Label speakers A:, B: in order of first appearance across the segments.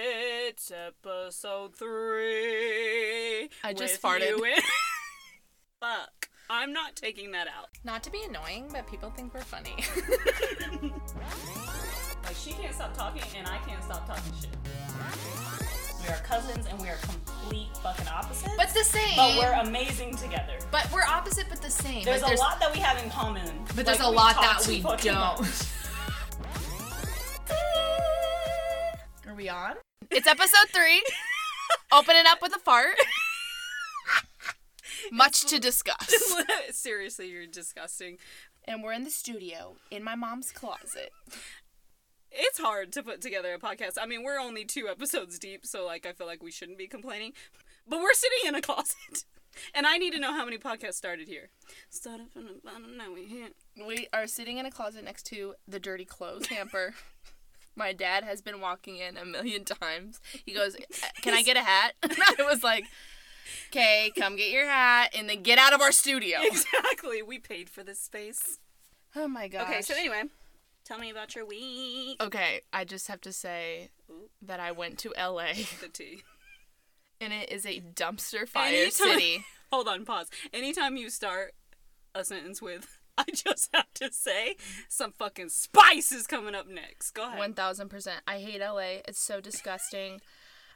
A: It's episode three.
B: I
A: with
B: just farted.
A: you in- Fuck. I'm not taking that out.
B: Not to be annoying, but people think we're funny.
A: Like, she can't stop talking, and I can't stop talking shit. We are cousins, and we are complete fucking opposites.
B: but the same.
A: but we're amazing together.
B: But we're opposite, but the same.
A: There's,
B: Like,
A: a lot that we have in common.
B: But there's
A: Like,
B: a
A: we
B: lot
A: talk
B: that
A: too
B: we
A: fucking much.
B: don't. Are we on? It's episode three. Open it up with a fart. Much to discuss.
A: Seriously, you're disgusting.
B: And we're in the studio in my mom's closet.
A: It's hard to put together a podcast. I mean, we're only two episodes deep, so like I feel like we shouldn't be complaining. But we're sitting in a closet. And I need to know how many podcasts started here. Started from the bottom, now we here.
B: We are sitting in a closet next to the dirty clothes hamper. My dad has been walking in a million times. He goes, "Uh, "Can I get a hat?" And I was like, "Okay, come get your hat and then get out of our studio."
A: Exactly. We paid for this space.
B: Oh my gosh.
A: Okay, so anyway, tell me about your week.
B: Okay, I just have to say that I went to LA
A: The tea.
B: and it is a dumpster fire
A: Anytime-
B: city.
A: Hold on, pause. Anytime you start a sentence with, I just have to say, some fucking spice is coming up next. Go ahead.
B: One thousand percent. I hate LA. It's so disgusting.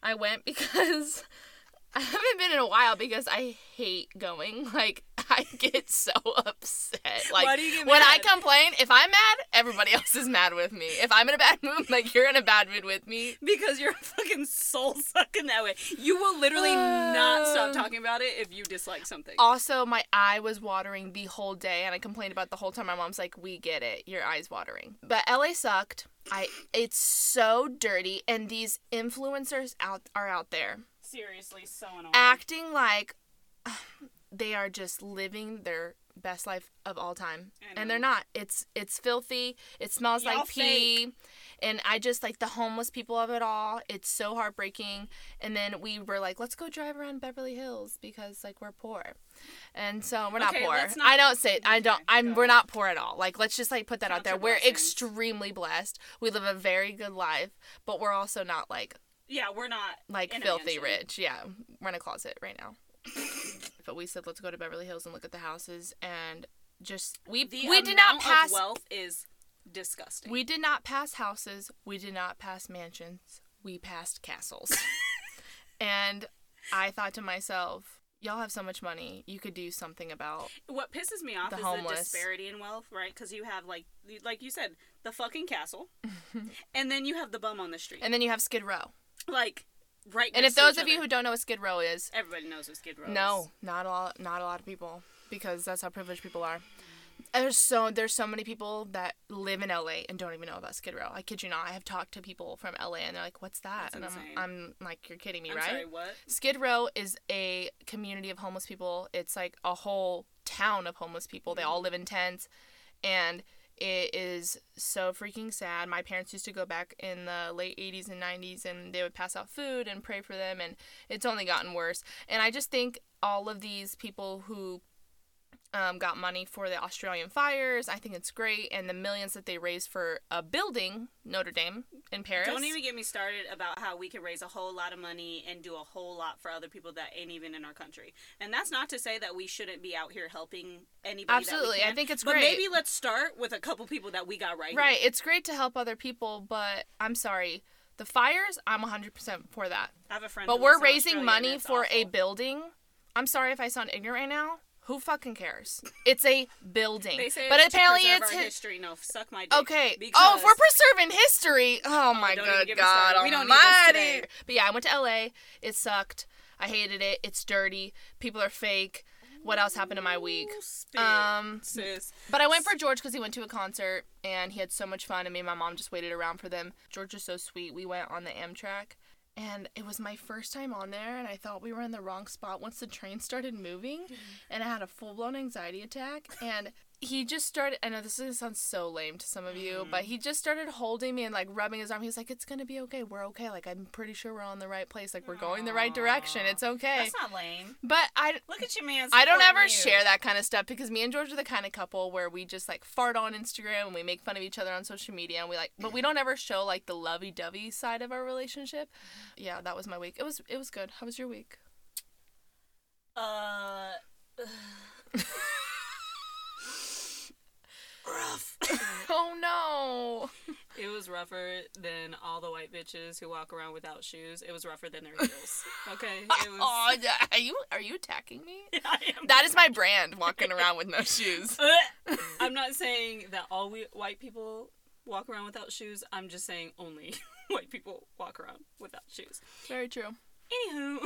B: I went because I haven't been in a while because I hate going. Like I get so upset. Like
A: Why do you get
B: when I
A: mad?
B: complain, if I'm mad, everybody else is mad with me. If I'm in a bad mood, like you're in a bad mood with me.
A: because you're fucking soul sucking that way. You will literally not
B: Uh.
A: stop talking about it if you dislike something.
B: Also, my eye was watering the whole day, and I complained about the whole time. My mom's like, "We get it, your eye's watering." But LA sucked. I it's so dirty, and these influencers out are out there
A: Seriously, so annoying.
B: acting like they are just living their best life of all time
A: I know.
B: and they're not it's it's filthy it smells
A: Y'all
B: like pee and i just like the homeless people of it all it's so heartbreaking and then we were like let's go drive around beverly hills because like we're poor and so we're not
A: Okay,
B: poor
A: let's not-
B: i don't say i don't
A: Okay,
B: i'm
A: go
B: we're not poor at all like let's just like put that out
A: Count your
B: there we're
A: blessings.
B: extremely blessed we live a very good life but we're also not like
A: yeah, we're not
B: like
A: in a
B: filthy
A: mansion.
B: rich. Yeah, we're in a closet right now. but we said let's go to Beverly Hills and look at the houses, and just we
A: The
B: we did not
A: amount
B: pass
A: Of wealth is disgusting.
B: we did not pass houses. We did not pass mansions. We passed castles. and I thought to myself, y'all have so much money. You could do something about
A: what pisses me off
B: The
A: is the
B: homeless.
A: disparity in wealth, right? Because you have like, you- like you said, the fucking castle, and then you have the bum on the street,
B: and then you have Skid Row.
A: like right.
B: And
A: next
B: if
A: to
B: those
A: each
B: of you
A: other.
B: who don't know what Skid Row is,
A: everybody knows what Skid Row. is.
B: No, not a lot. Not a lot of people, because that's how privileged people are. There's so there's so many people that live in LA and don't even know about Skid Row. I kid you not. I have talked to people from LA and they're like, "What's that?"
A: That's
B: and I'm,
A: insane.
B: I'm like, "You're kidding me,
A: I'm
B: right?"
A: sorry. What?
B: Skid Row is a community of homeless people. It's like a whole town of homeless people. They all live in tents and it is so freaking sad. My parents used to go back in the late 80s and 90s and they would pass out food and pray for them and it's only gotten worse. And I just think all of these people who um, got money for the Australian fires. I think it's great, and the millions that they raised for a building Notre Dame in Paris.
A: Don't even get me started about how we can raise a whole lot of money and do a whole lot for other people that ain't even in our country. And that's not to say that we shouldn't be out here helping anybody. that we
B: Absolutely. I
A: can,
B: think it's
A: but
B: great.
A: maybe let's start with a couple people that we got right.
B: Right. It's great to help other people, but I'm sorry. The fires, I'm 100% for that.
A: here. I have a friend.
B: But
A: who
B: we're
A: lives in Australia
B: raising
A: and
B: money
A: it's
B: for a
A: awful.
B: building. I'm sorry if I sound ignorant right now. Who fucking cares? It's a building.
A: They say
B: but
A: it's to
B: apparently
A: preserve
B: it's
A: our
B: hi-
A: history. No, suck my dick.
B: Okay. oh,
A: Because-
B: if we're preserving history. Oh my
A: don't even
B: good
A: get me
B: God
A: started. We don't need this
B: Almighty.
A: today.
B: But yeah, I went to LA. It sucked. I hated it. It's dirty. People are fake. What else happened in my week?
A: Ooh, spit,
B: Um,
A: sis.
B: But I went for George because he went to a concert and he had so much fun, and me and my mom just waited around for them. George is so sweet. We went on the Amtrak, and it was my first time on there, and I thought we were in the wrong spot once the train started moving, and I had a full blown anxiety attack. And he just started i know this is, sounds so lame to some of you
A: Mm-hmm.
B: but he just started holding me and like rubbing his arm he was like it's gonna be okay we're okay like i'm pretty sure we're on the right place like we're going the right direction
A: Aw.
B: it's okay
A: That's not lame.
B: but i
A: Look at you, man.
B: I don't
A: supporting
B: ever
A: you.
B: share that kind of stuff because me and George are the kind of couple where we just like fart on Instagram and we make fun of each other on social media and we like but we don't ever show like the lovey-dovey side of our relationship. Yeah, that was my week. It was it was good. How was your week?
A: Uh. Rough.
B: Oh no.
A: It was rougher than all the white bitches who walk around without shoes. It was rougher than their heels. Okay. It was.
B: Oh, yeah. are you are you attacking me?
A: I am-
B: That is my brand walking around with no shoes.
A: I'm not saying that all we, white people walk around without shoes. I'm just saying only white people walk around without shoes.
B: Very true.
A: Anywho,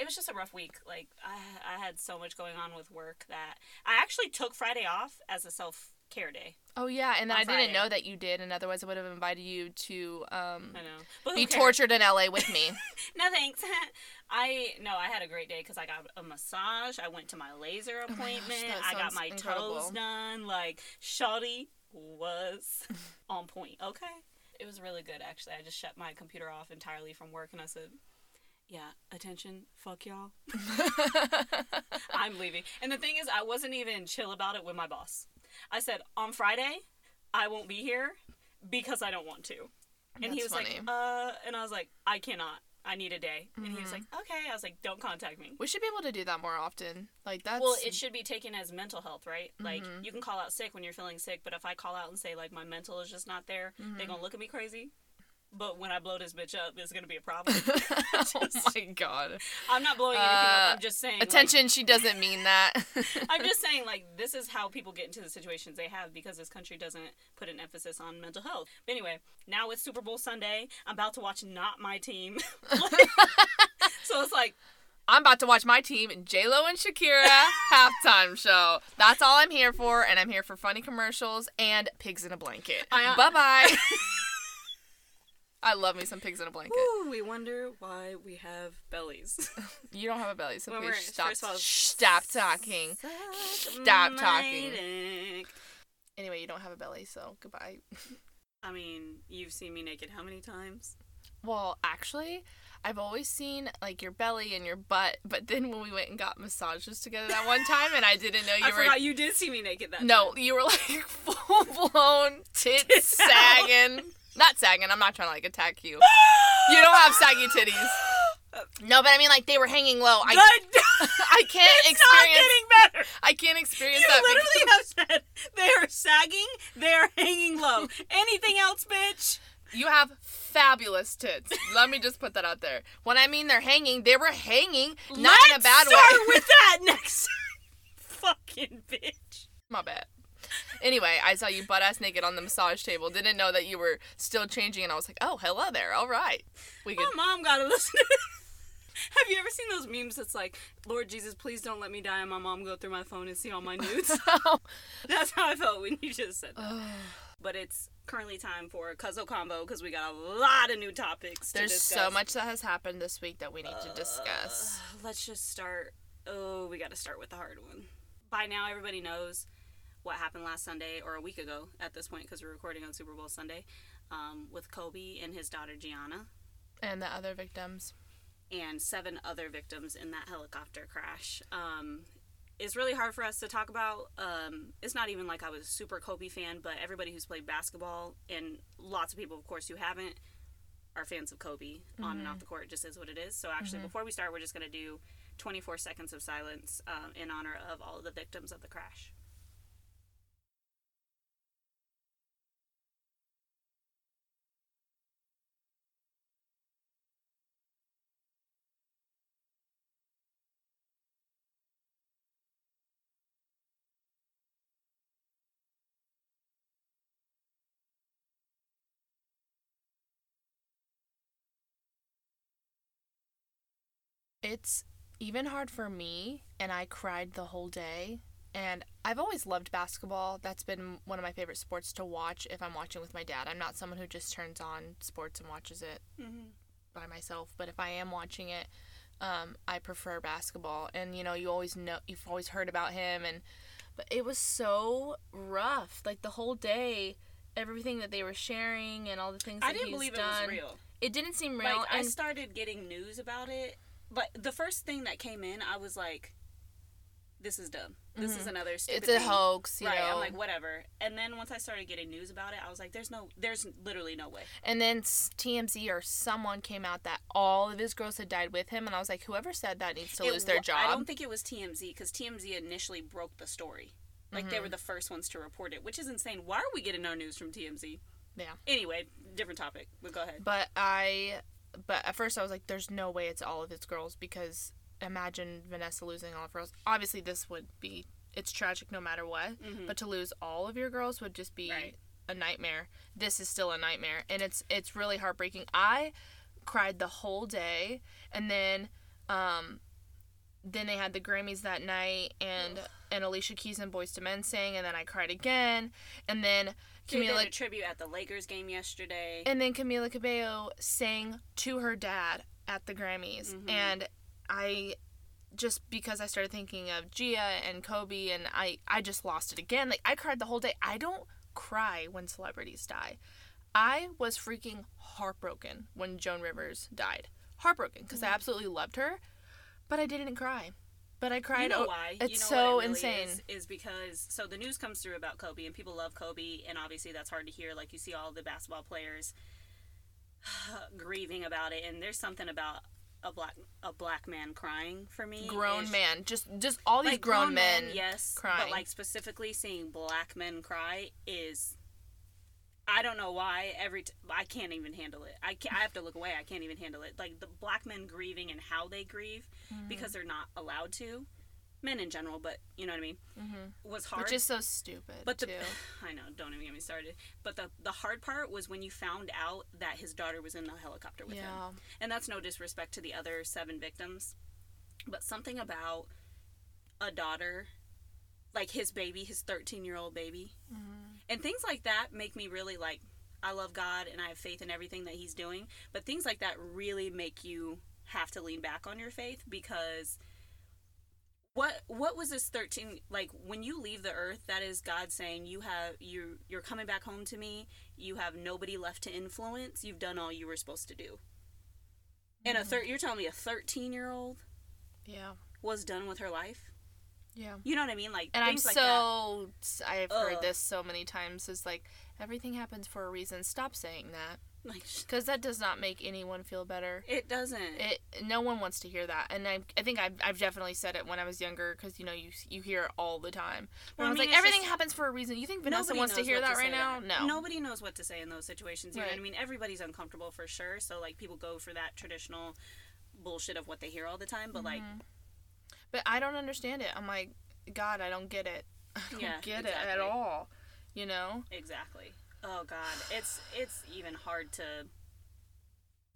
A: it was just a rough week. Like I, I had so much going on with work that I actually took Friday off as a self care day.
B: Oh yeah, and
A: On
B: I didn't
A: Friday.
B: know that you did and otherwise I would have invited you to um
A: I know, but who
B: be
A: cares?
B: tortured in LA with me.
A: No thanks. I no, I had a great day because I got a massage. I went to my laser
B: Oh my gosh,
A: appointment.
B: that
A: I got
B: sounds
A: my
B: incredible.
A: toes done. Like Shawty was on point. Okay, it was really good actually. I just shut my computer off entirely from work and I said, "Yeah, attention, fuck y'all. I'm leaving." And the thing is, I wasn't even chill about it with my boss. I said on Friday, I won't be here because I don't want to. And he was
B: That's
A: like,
B: funny.
A: uh, and I was like, I cannot. I need a day. And
B: Mm-hmm.
A: he was like, okay. I was like, don't contact me.
B: We should be able to do that more often. Like that's
A: Well, it should be taken as mental health, right? Like,
B: Mm-hmm.
A: you can call out sick when you're feeling sick, but if I call out and say, like, my mental is just not there, they're
B: Mm-hmm.
A: going to look at me crazy. But when I blow this bitch up, it's going to be a problem.
B: oh my god.
A: I'm not blowing anything
B: Uh,
A: up. I'm just saying. like-
B: Attention, she doesn't mean that.
A: I'm just saying, like, this is how people get into the situations they have because this country doesn't put an emphasis on mental health. But anyway, now it's Super Bowl Sunday. I'm about to watch Not My Team. so it's like,
B: I'm about to watch my team, J Lo and Shakira, halftime show. That's all I'm here for, and I'm here for funny commercials and pigs in a blanket.
A: I- uh,
B: bye bye. I love me some pigs in a blanket.
C: Ooh,
A: we wonder why we have bellies.
B: You don't have a belly, so
A: When
B: please
A: we're-
B: stop.
A: first of all-
B: stop talking. Stop talking. Anyway, you don't have a belly, so goodbye.
A: I mean, you've seen me naked how many times?
B: Well, actually, I've always seen like your belly and your butt, but then when we went and got massages together that one time, and I didn't know you
A: I
B: were
A: forgot you did see me naked that
B: no, you were like full blown tits
A: out.
B: sagging, not sagging. I'm not trying to like attack you. You don't have saggy titties. No, but I mean like they were hanging low. I
A: Good.
B: I can't
A: Not
B: experience
A: getting better.
B: I can't experience
A: You
B: that.
A: literally have said they are sagging, they are hanging low. Anything else, bitch?
B: because you have fabulous tits. Let me just put that out there. When I mean they're hanging, they were hanging, not in a
A: Let's
B: bad
A: start
B: way.
A: with that next time. Fucking bitch.
B: My bad. Anyway, I saw you butt ass naked on the massage table. Didn't know that you were still changing, and I was like, "Oh, hello there. All right, we could."
A: My mom gotta listen to this. Have you ever seen those memes that's like, Lord Jesus, please don't let me die and my mom go through my phone and see all my nudes? that's how I felt when you just said that. But it's currently time for Cuzzo Combo because we got a lot of new topics. to
B: There's so
A: discuss.
B: much that has happened this week that we need to discuss.
A: Let's just start. Oh, we got to start with the hard one. By now, everybody knows what happened last Sunday or a week ago at this point because we're recording on Super Bowl Sunday um, with Kobe and his daughter Gianna
B: And the other victims.
A: and seven other victims in that helicopter crash. Um, it's really hard for us to talk about. Um, it's not even like I was a super Kobe fan, but everybody who's played basketball, and lots of people, of course, who haven't, are fans of Kobe on and off the court. It just is what it is. So, actually, before we start, we're just going to do 24 seconds of silence um, in honor of all of the victims of the crash.
B: It's even hard for me, and I cried the whole day. And I've always loved basketball. That's been one of my favorite sports to watch if I'm watching with my dad. I'm not someone who just turns on sports and watches it
A: Mm-hmm.
B: by myself, but if I am watching it, um, I prefer basketball. And you know, you always know, you've always heard about him and But it was so rough. Like the whole day, everything that they were sharing and all the things that
A: I didn't
B: he's
A: believe
B: done,
A: it was real.
B: It didn't seem real.
A: Like I
B: and
A: started getting news about it, but the first thing that came in, I was like, "This is dumb. This is another stupid."
B: Mm-hmm. it's a
A: thing.
B: hoax, you
A: Right,
B: know.
A: I'm like whatever, and then once I started getting news about it, I was like, "There's no, there's literally no way."
B: and then s- TMZ or someone came out that all of his girls had died with him, and I was like, whoever said that needs to
A: It
B: lose their
A: wa-
B: job.
A: I don't think it was TMZ because TMZ initially broke the story. Like they
B: Mm-hmm.
A: were the first ones to report it, which is insane. Why are we getting our news from TMZ?
B: Yeah.
A: Anyway, different topic. But go ahead.
B: But I, but at first I was like, there's no way it's all of his girls because imagine Vanessa losing all of her girls. Obviously, this would be, it's tragic no matter what, but to lose all of your girls would just be
A: Right.
B: a nightmare. This is still a nightmare. And it's, it's really heartbreaking. I cried the whole day. And then, um, then they had the Grammys that night and, and Alicia Keys and Boys to Men sang. And then I cried again. And then
A: They did
B: Camila
A: a tribute at the Lakers game yesterday.
B: and then Camila Cabello sang to her dad at the Grammys.
A: Mm-hmm.
B: And I just because I started thinking of Gia and Kobe and I I just lost it again. Like I cried the whole day. I don't cry when celebrities die. I was freaking heartbroken when Joan Rivers died. Heartbroken because
A: Mm-hmm.
B: I absolutely loved her, but I didn't cry. But I cried.
A: you know
B: o-
A: why?
B: It's
A: you know
B: so
A: what it really
B: insane.
A: Is, is because so the news comes through about Kobe and people love Kobe and obviously that's hard to hear. Like you see all the basketball players grieving about it, and there's something about a black a black man crying for me.
B: Grown
A: is-
B: man, just just all these grown, men.
A: yes,
B: crying.
A: But like specifically seeing black men cry is, I don't know why. Every t- I can't even handle it. I ca I have to look away. I can't even handle it. Like the black men grieving and how they grieve
B: Mm-hmm.
A: because they're not allowed to. Men in general, but you know what I mean. Mm-hmm. Was hard.
B: which is so stupid.
A: But the
B: too.
A: I know, don't even get me started. But the the hard part was when you found out that his daughter was in the helicopter with
B: Yeah.
A: him. And that's no disrespect to the other seven victims, but something about a daughter, like his baby, his 13 year old baby, and things like that make me really like. I love God and I have faith in everything that He's doing, but things like that really make you have to lean back on your faith because what what was this 13 like when you leave the earth that is god saying you have you you're coming back home to me you have nobody left to influence you've done all you were supposed to do and
B: Mm-hmm.
A: a thir- you're telling me a 13 year old
B: yeah.
A: was done with her life
B: Yeah.
A: you know what i mean like
B: And I'm
A: things like that.
B: so I've heard
A: Ugh.
B: this so many times. It's like everything happens for a reason. Stop saying that
A: like sh-
B: because that does not make anyone feel better.
A: it doesn't
B: It no one wants to hear that, and I I think I've, I've definitely said it when I was younger because you know you you hear it all the time. When
A: Well, I
B: I was
A: mean,
B: like
A: it's
B: everything
A: just-
B: happens for a reason. You think Vanessa wants to
A: knows
B: hear
A: what
B: that
A: say
B: right now?
A: that.
B: No.
A: Nobody knows what to say in those situations. You know
B: Right.
A: what I mean? Everybody's uncomfortable for sure. So, like, people go for that traditional bullshit of what they hear all the time. But, like,
B: But I don't understand it. I'm like God, I don't get it. I don't
A: Yeah,
B: get it at
A: exactly.
B: all. You know.
A: Exactly. Oh God, it's it's even hard to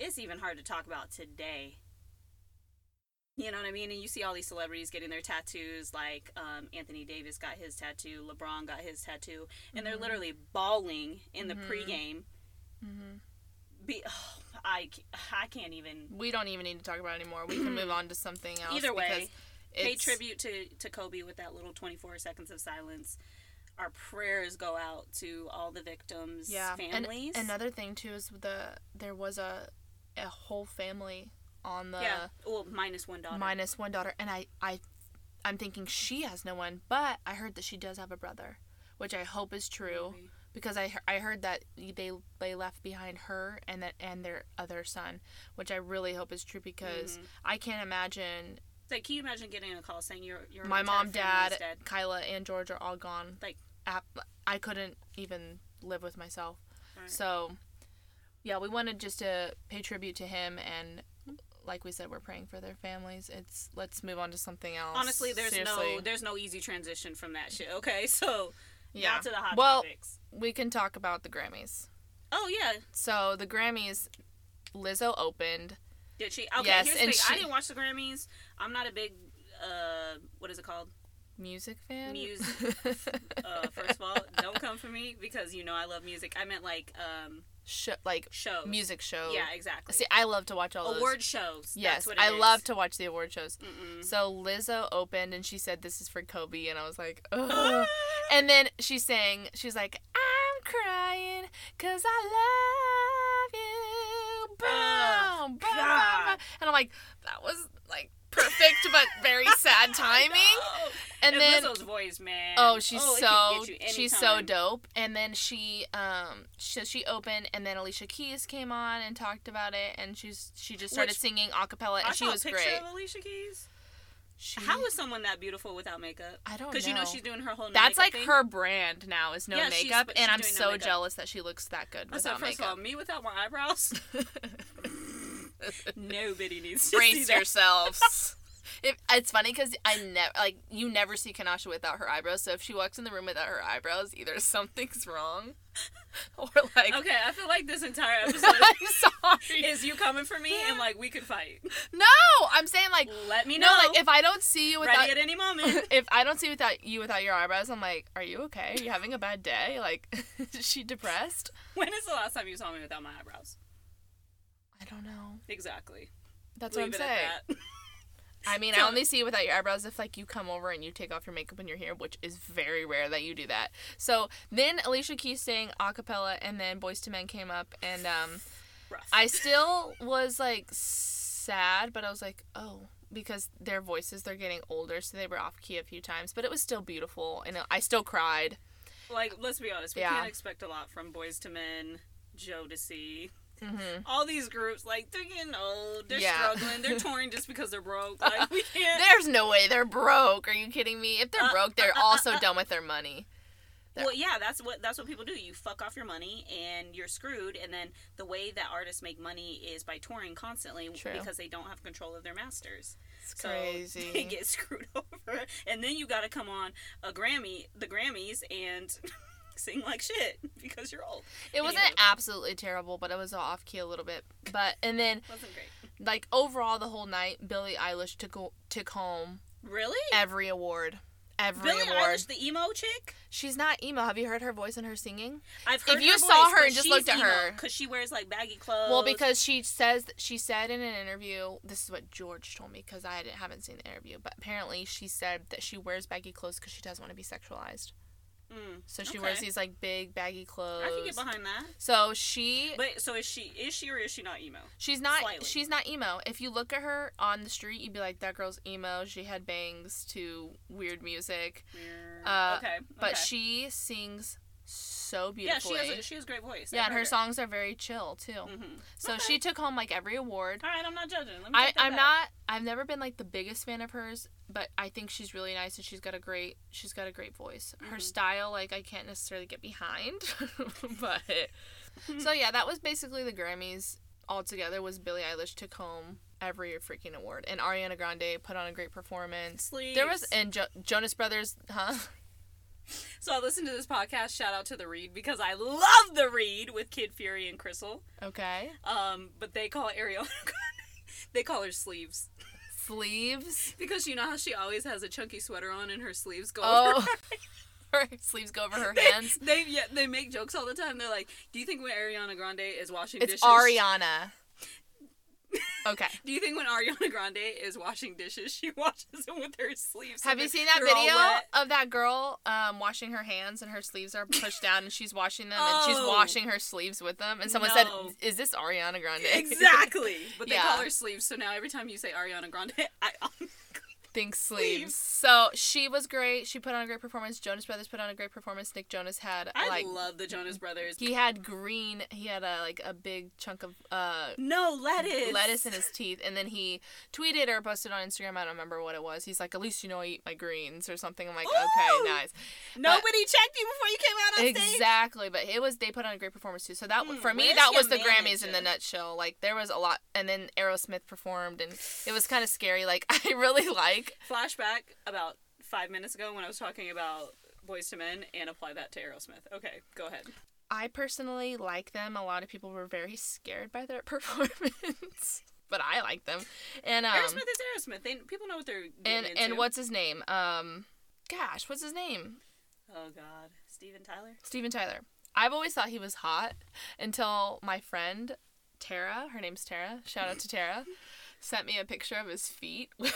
A: it's even hard to talk about today. You know what I mean? And you see all these celebrities getting their tattoos, like um, Anthony Davis got his tattoo, LeBron got his tattoo, and
B: Mm-hmm.
A: they're literally bawling in the pregame.
B: Mm-hmm.
A: Be, I, c- I can't even.
B: We don't even need to talk about it anymore. We can move on to something else.
A: Either way,
B: because
A: pay
B: it's-
A: tribute to, to Kobe with that little 24 seconds of silence. Our prayers go out to all the victims'
B: And
A: families.
B: another thing too is the there was a a whole family on the
A: yeah. Well, minus one daughter.
B: uh, minus one daughter, and I I I'm thinking she has no one, but I heard that she does have a brother, which I hope is true
A: Maybe.
B: because I he- I heard that they they left behind her and that and their other son, which I really hope is true because
A: Mm-hmm.
B: I can't imagine
A: It's Like, can you imagine getting a call saying your your
B: my
A: entire
B: mom,
A: family
B: dad,
A: is dead?
B: Kyla, and George are all gone.
A: Like-
B: Ap- I couldn't even live with myself.
A: Right.
B: So, yeah, we wanted just to pay tribute to him, and like we said, we're praying for their families. It's let's move on to something else.
A: Honestly, there's
B: oh, Seriously.
A: no there's no easy transition from that shit. Okay, so
B: Yeah.
A: yeah, to the hot
B: Well-
A: topics.
B: we can talk about the Grammys.
A: Oh yeah,
B: So the Grammys, Lizzo opened.
A: did she? Okay,
B: Yes,
A: here's
B: and
A: the thing.
B: she-
A: I didn't watch the Grammys. I'm not a big uh, what is it called?
B: Music fan?
A: Music. Uh, first of all, don't come for me because you know I love music. I meant like um,
B: Sho- like
A: shows.
B: music show.
A: Yeah, exactly.
B: See, I love to watch all those.
A: Award shows.
B: Yes,
A: that's what it
B: I
A: is.
B: love to watch the award shows.
A: Mm-mm.
B: So Lizzo opened and she said, "This is for Kobe," and I was like, "Ugh." and then she sang. She's like, "I'm crying cause I love you,
A: Oh,
B: boom, boom."
A: God.
B: And I'm like, that was like perfect but very sad timing.
A: Oh,
B: And then
A: Lizzo's voice, man.
B: Oh, she's
A: it can
B: so
A: get you
B: she's so
A: anytime.
B: dope. And then she um so she opened and then Alicia Keys came on and talked about it and she's she just started
A: Which-
B: singing a cappella
A: I
B: and
A: saw
B: she
A: a
B: was
A: picture
B: great.
A: of Alicia Keys.
B: She,
A: How is someone that beautiful without makeup?
B: I don't know.
A: Because you know she's doing her whole. no
B: That's
A: makeup
B: like
A: thing.
B: her brand now is no
A: Mm-hmm. Yeah, she's-
B: makeup
A: but she's
B: and I'm
A: doing no
B: so
A: makeup.
B: jealous that she looks that good
A: I said,
B: without
A: first of all,
B: makeup.
A: me without my eyebrows, nobody needs to see
B: Brace
A: that.
B: yourselves. If, it's funny because I never like you never see Kanasha without her eyebrows. So if she walks in the room without her eyebrows, either something's wrong, or like
A: Okay, I feel like this entire episode
B: I'm sorry.
A: is you coming for me and like we could fight.
B: No, I'm saying like
A: Let me
B: no,
A: know.
B: like if I don't see you without
A: ready at any moment.
B: if I don't see without you without your eyebrows, I'm like, are you okay? Are you having a bad day? Like, is she depressed?
A: when is the last time you saw me without my eyebrows?
B: I don't know.
A: Exactly.
B: That's
A: Leave
B: what
A: it
B: I'm saying.
A: at that.
B: I mean, I
A: So-
B: only see you without your eyebrows if like you come over and you take off your makeup and your hair, which is very rare that you do that. So then Alicia Keys sang a cappella, and then Boys to Men came up, and um,
A: Rough.
B: I still was like sad, but I was like, oh, because their voices they're getting older, so they were off key a few times, but it was still beautiful, and I still cried.
A: like let's be honest, we
B: Yeah.
A: can't expect a lot from Boys to Men, Jodeci.
B: hmm
A: All these groups, like they're getting old, they're
B: Yeah.
A: struggling, they're touring just because they're broke. Like we can't.
B: There's no way they're broke. Are you kidding me? If they're
A: Uh,
B: broke, they're also done with their money. There-
A: Well, yeah, that's what that's what people do. You fuck off your money and you're screwed. And then the way that artists make money is by touring constantly
B: True.
A: because they don't have control of their masters.
B: It's
A: So they get screwed over. And then you got to come on a Grammy, the Grammys, and sing like shit because you're old.
B: It wasn't
A: Anywho.
B: absolutely terrible, but it was off key a little bit. But and then
A: Wasn't great.
B: like overall the whole night, Billie Eilish took o- took home
A: Really?
B: every award. Every
A: Billie
B: award.
A: Eilish, the emo chick.
B: She's not emo. Have you heard her voice in her singing?
A: I've
B: If
A: heard
B: you saw her and just looked at her-
A: because she wears like baggy clothes.
B: Well, because she says she said in an interview, this is what George told me because I didn't, haven't seen the interview, but apparently she said that she wears baggy clothes because she doesn't want to be sexualized.
A: Mm,
B: So she
A: Okay.
B: wears these like big baggy clothes.
A: I can get behind that.
B: So she
A: But so is she? Is she or is she not emo?
B: she's not
A: slightly.
B: she's not emo. If you look at her on the street, you'd be like that girl's emo. She had bangs to weird music, Uh,
A: okay,
B: but
A: okay.
B: she sings so
A: Yeah,
B: beautifully.
A: she has, a, she has a great voice.
B: Yeah, and her songs are very chill too.
A: Mm-hmm.
B: So
A: Okay.
B: she took home like every award.
A: All right, I'm not judging. Let me
B: I,
A: take that
B: I'm
A: back.
B: not I've never been like the biggest fan of hers, but I think she's really nice and she's got a great she's got a great voice. Her
A: Mhm.
B: style like I can't necessarily get behind. but so yeah, that was basically the Grammys altogether was Billie Eilish took home every freaking award and Ariana Grande put on a great performance. There was
A: Sleeves.
B: and jo- Jonas Brothers, huh?
A: So I listened to this podcast. Shout out to the Reed because I love the Reed with Kid Fury and Crystal.
B: Okay.
A: Um, but they call Ariana. they call her sleeves
B: Sleeves.
A: because you know how she always has a chunky sweater on and her sleeves go. over
B: Oh.
A: her-
B: Her sleeves go over her hands.
A: They yeah they make jokes all the time. They're like, "Do you think when Ariana Grande is washing
B: It's
A: dishes,
B: Ariana. Okay.
A: Do you think when Ariana Grande is washing dishes, she washes them with her sleeves? so
B: Have you
A: that
B: seen that
A: they're all
B: video
A: wet?
B: of that girl um, washing her hands and her sleeves are pushed down and she's washing them and she's
A: Oh.
B: washing her sleeves with them? And someone
A: No.
B: said, Is this Ariana Grande?
A: Exactly. But they
B: Yeah.
A: call her sleeves, so now every time you say Ariana Grande, I
B: Think sleeves. So she was great. She put on a great performance. Jonas Brothers put on a great performance. Nick Jonas had
A: I
B: like. mm-hmm.
A: love the Jonas Brothers.
B: he had green. He had a like a big chunk of uh,
A: no lettuce.
B: lettuce in his teeth, and then he tweeted or posted on Instagram. I don't remember what it was. He's like, "At least you know I eat my greens" or something. I'm like,
A: Ooh.
B: "Okay, nice."
A: Nobody checked you before you came out on stage.
B: Exactly, but it was they put on a great performance too. So that
A: Mm,
B: for me
A: where's
B: that
A: your
B: was the Grammys in the
A: manager?
B: nutshell. Like there was a lot, and then Aerosmith performed, and it was kind of scary. Like I really like
A: Flashback about five minutes ago when I was talking about Boys to Men and apply that to Aerosmith. Okay, go ahead.
B: I personally like them. A lot of people were very scared by their performance, but I like them. And um
A: Aerosmith is Aerosmith. They, people know what they're getting
B: and
A: into.
B: and what's his name um gosh, what's his name?
A: Oh God, Steven Tyler.
B: Steven Tyler. I've always thought he was hot until my friend Tara, her name's Tara, shout out to Tara, sent me a picture of his feet with,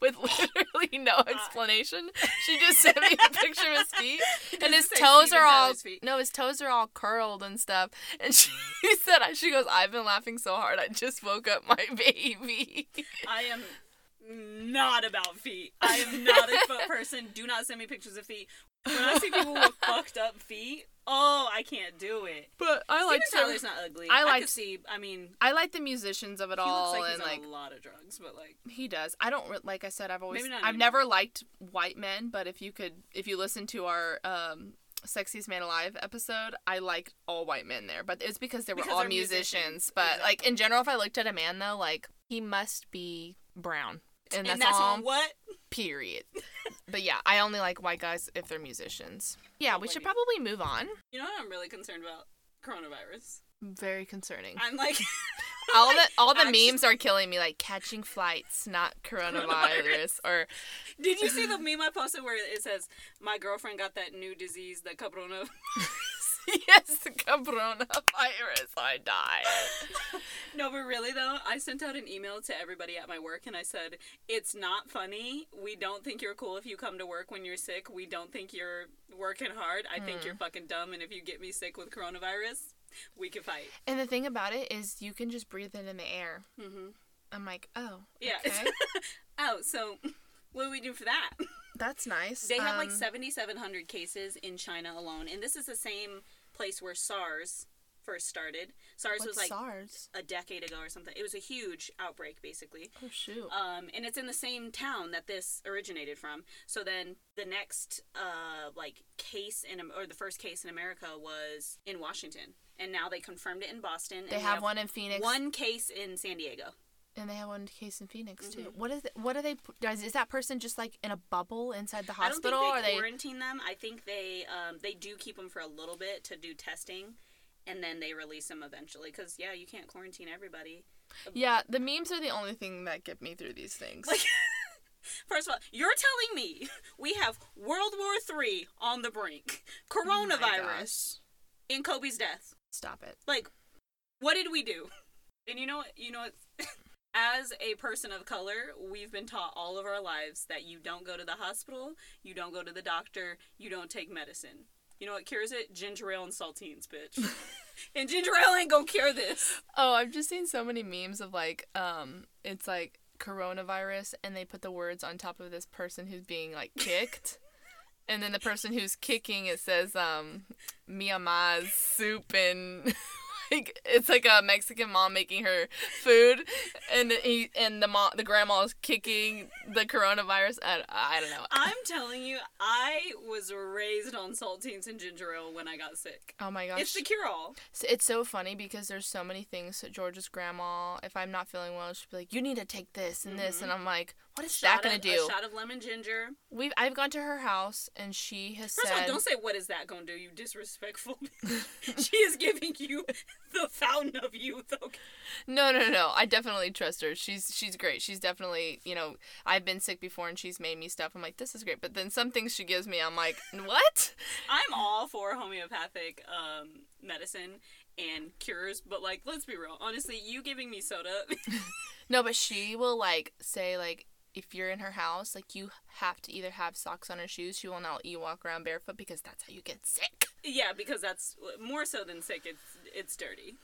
B: with literally no explanation. She just sent me a picture of his feet and his
C: say
B: toes
C: Steven
B: are all
C: Tyler's feet.
B: no, his toes are all curled and stuff. And she said she goes, "I've been laughing so hard I just woke up my baby."
A: I am not about feet. I am not a foot person. Do not send me pictures of feet. When I see people with fucked up feet, oh, I can't do it.
B: But I like
A: Steven Tyler's not ugly.
B: I
A: I
B: like-
A: like see. I mean,
B: I like the musicians of it
A: he
B: all
A: looks like
B: and
A: he's
B: like
A: on a lot of drugs, but like,
B: He does. I don't re- like. I said, I've always.
A: Maybe not
B: I've
A: anymore.
B: never liked white men, but if you could, if you listen to our um, "Sexiest Man Alive" episode, I liked all white men there. But it's because they were
A: Because
B: all
A: they're
B: musicians.
A: musicians.
B: But like in general, if I looked at a man though, like he must be brown, and
A: and
B: that's,
A: that's,
B: all.
A: on what?
B: Period. but yeah, I only like white guys if they're musicians. Yeah, we
A: my
B: should
A: God.
B: probably move on.
A: You know what I'm really concerned about? Coronavirus.
B: Very concerning.
A: I'm like,
B: all the all the
A: actually-
B: memes are killing me. Like catching flights, not coronavirus, or
A: did you see the meme I posted where it says, "My girlfriend got that new disease, the cabrona."
B: yes, the coronavirus. I die.
A: No, but really though, I sent out an email to everybody at my work and I said, "It's not funny. We don't think you're cool if you come to work when you're sick. We don't think you're working hard. I think
B: Hmm.
A: you're fucking dumb and if you get me sick with coronavirus, we can fight."
B: And the thing about it is, you can just breathe it in the air.
A: Mhm.
B: I'm like, oh,
A: Yeah.
B: okay,
A: Oh, so what do we do for that?
B: that's nice.
A: They have like
B: Um,
A: 7700 cases in China alone, and this is the same place where SARS first started. SARS
B: what's
A: was like
B: SARS.
A: a decade ago or something. It was a huge outbreak basically.
B: Oh shoot.
A: um, and it's in the same town that this originated from. So then the next uh, like case in Am- or the first case in America was in Washington, and now they confirmed it in Boston. And
B: they have one in Phoenix,
A: one case in San Diego.
B: and they have one case in Phoenix too.
A: Mm-hmm.
B: What is? It, what are they? Guys, is that person just like in a bubble inside the hospital?
A: I don't think
B: or
A: they
B: are they?
A: quarantine them. I think they um, they do keep them for a little bit to do testing, and then they release them eventually. Because yeah, you can't quarantine everybody.
B: Yeah, the memes are the only thing that get me through these things.
A: First of all, you're telling me we have World War Three on the brink,
B: Oh my
A: coronavirus,
B: gosh.
A: in Kobe's death.
B: Stop it.
A: like what did we do and you know what you know what as a person of color we've been taught all of our lives that you don't go to the hospital you don't go to the doctor you don't take medicine you know what cures it ginger ale and saltines bitch and ginger ale ain't gonna cure this
B: Oh, I've just seen so many memes of like, um, it's like coronavirus, and they put the words on top of this person who's being like kicked, and then the person who's kicking it says, um, Miyama's soup and. Like, it's like a Mexican mom making her food, and he and the mom, the grandma's kicking the coronavirus. I, I don't know.
A: i'm telling you i was raised on saltines and ginger ale when i got sick
B: Oh my gosh!
A: it's the cure-all
B: So It's so funny because there's so many things that George's grandma, if I'm not feeling well, she'd be like, "You need to take this and this,"
A: Mm-hmm.
B: and I'm like, "What is that
A: Shot
B: gonna
A: of-
B: do?"
A: a shot of lemon ginger
B: We've I've gone to her house and she has
A: First of all,
B: said,
A: don't say what is that gonna do, you disrespectful bitch. she is giving you the fountain of youth, okay?
B: "No, no, no, I definitely trust her. She's she's great. She's definitely you know I've been sick before and she's made me stuff. I'm like, this is great. But then some things she gives me, I'm like, what?
A: I'm all for homeopathic um, medicine and cures, but like, let's be real. Honestly, you giving me soda,
B: No, but she will like say like if you're in her house, like you have to either have socks on or shoes. She will not let you walk around barefoot because that's how you get sick.
A: yeah, because that's more so than sick. It's it's dirty.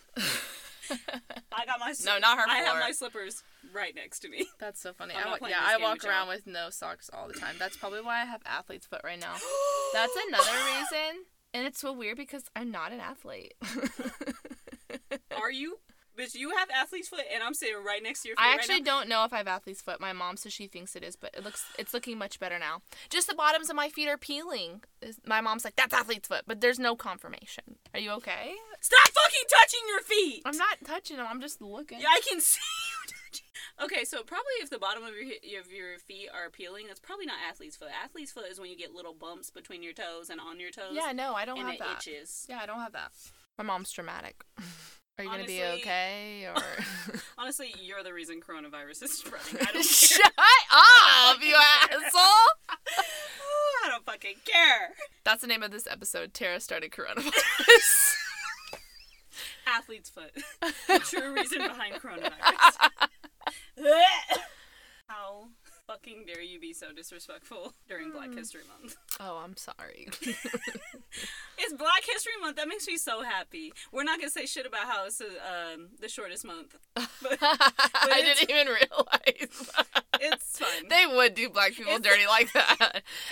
A: I got my
B: No, not her
A: I have
B: floor.
A: my slippers right next to me.
B: That's so funny.
A: I'm
B: I
A: not
B: wa-
A: playing
B: yeah,
A: this
B: I
A: game
B: walk
A: with y'all.
B: around with no socks all the time. That's probably why I have athlete's foot right now. That's another reason. And it's so weird because I'm not an athlete.
A: Are you, bitch? You have athlete's foot, and I'm sitting right next to your. Feet
B: I
A: right
B: actually
A: now.
B: don't know if I have athlete's foot. My mom says she thinks it is, but it looks it's looking much better now. Just the bottoms of my feet are peeling. Is- My mom's like, "That's athlete's foot," but there's no confirmation. Are you okay?
A: stop fucking touching your feet.
B: I'm not touching them. I'm just looking.
A: Yeah, I can see you touching. Okay, so probably if the bottom of your of your feet are peeling, that's probably not athlete's foot. Athlete's foot is when you get little bumps between your toes and on your toes.
B: Yeah, no, I don't
A: and
B: have
A: it
B: that.
A: itches.
B: Yeah, I don't have that. My mom's dramatic. Are you gonna be
A: Honestly-
B: okay or?
A: Honestly, you're the reason coronavirus is spreading. I don't care.
B: Shut up, you asshole!
A: I fucking care.
B: That's the name of this episode. Tara started coronavirus.
A: Athlete's foot. The true reason behind coronavirus. How fucking dare you be so disrespectful during
B: Mm.
A: Black History Month?
B: oh, I'm sorry.
A: It's Black History Month. That makes me so happy. We're not gonna say shit about how it's uh, um, the shortest month.
B: I
A: it's-
B: didn't even realize.
A: It's fun.
B: they would do black people dirty like that.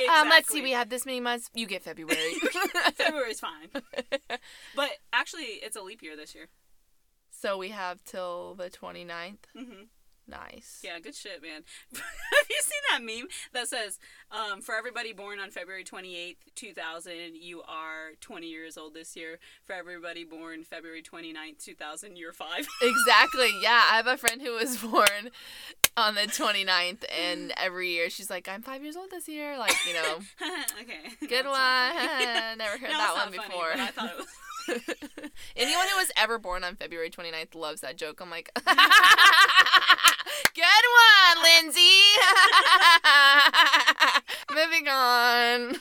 B: Um, let's see,
A: Exactly.
B: we have this many months. You get February.
A: February's fine. But actually, it's a leap year this year.
B: so we have till the 29th.
A: hmm
B: Nice.
A: Yeah, good shit, man. have you seen that meme that says, um, "For everybody born on February twenty eighth, two thousand, you are twenty years old this year. For everybody born February 29th, two thousand, you're five.
B: Exactly. Yeah, I have a friend who was born on the 29th, and every year she's like, I'm five years old this year. Like, you know,
A: okay, That's
B: good one.
A: not funny.
B: Never heard
A: No,
B: that
A: it's
B: one
A: not funny,
B: before.
A: but I thought it was.
B: Anyone who was ever born on February 29th loves that joke. I'm like, good one, Lindsay. Moving on.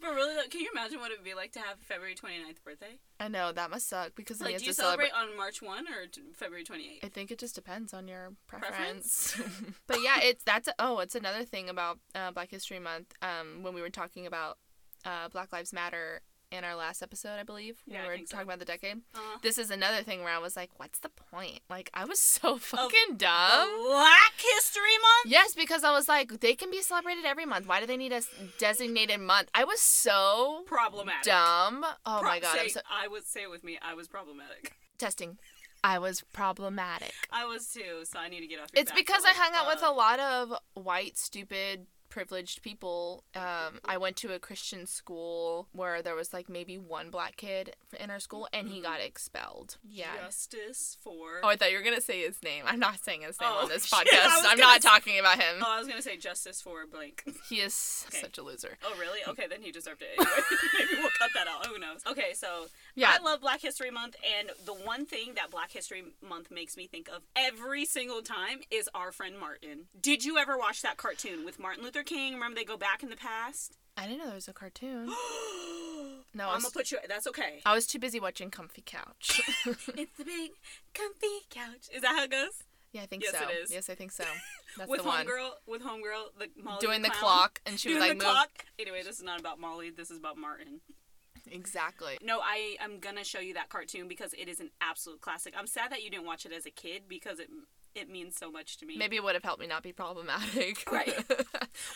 A: But really, though, can you imagine what it would be like to have a February 29th birthday?
B: I know that must suck because then
A: Like,
B: he has
A: do you
B: to celebrate.
A: celebrate on March 1 or t- February 28th?
B: I think it just depends on your preference. but yeah, it's that's oh, it's another thing about uh, Black History Month. Um, when we were talking about uh, Black Lives Matter in our last episode, I believe when
A: Yeah, I
B: we were
A: think so.
B: talking about the decade.
A: Uh,
B: This is another thing where I was like, what's the point? Like, I was so fucking dumb.
A: Black History Month?
B: Yes, because I was like, they can be celebrated every month. Why do they need a s- designated month? I was so
A: Problematic.
B: dumb. Oh
A: Pro-
B: my god,
A: Say,
B: I'm so
A: I would say it with me, I was problematic.
B: testing. I was problematic.
A: I was too, so I need to get off your
B: It's
A: back
B: because I
A: foot.
B: hung out with a
A: Uh,
B: lot of white, stupid, privileged people. Um, I went to a Christian school where there was like maybe one black kid in our school, and
A: Mm-hmm.
B: he got expelled. Yeah.
A: Justice for.
B: Oh, I thought you were gonna say his name. I'm not saying his name
A: Oh,
B: on this
A: shit, I
B: podcast.
A: was
B: I'm
A: gonna
B: not
A: s-
B: talking about him.
A: Oh, I was going to say justice for blank.
B: He is
A: Okay.
B: such a loser.
A: Oh, really? Okay, then he deserved it anyway. Maybe we'll cut that out. Who knows? Okay, so
B: Yeah.
A: I love Black History Month, and the one thing that Black History Month makes me think of every single time is our friend Martin. Did you ever watch that cartoon with Martin Luther King? Remember they go back in the past?
B: I didn't know there was a cartoon. No, I
A: I'm
B: was,
A: gonna put you. That's okay.
B: I was too busy watching Comfy Couch.
A: It's the big comfy couch. Is that how it goes?
B: yeah, I think
A: Yes,
B: so.
A: it is.
B: Yes, I think so. That's
A: with
B: the one.
A: homegirl, with homegirl, the Molly
B: Doing the
A: clown.
B: clock, and she
A: Doing
B: was like,
A: the
B: move.
A: clock. Anyway, this is not about Molly. This is about Martin.
B: Exactly.
A: No, I am gonna show you that cartoon because it is an absolute classic. I'm sad that you didn't watch it as a kid because it it means so much to me.
B: Maybe it would have helped me not be problematic.
A: Right.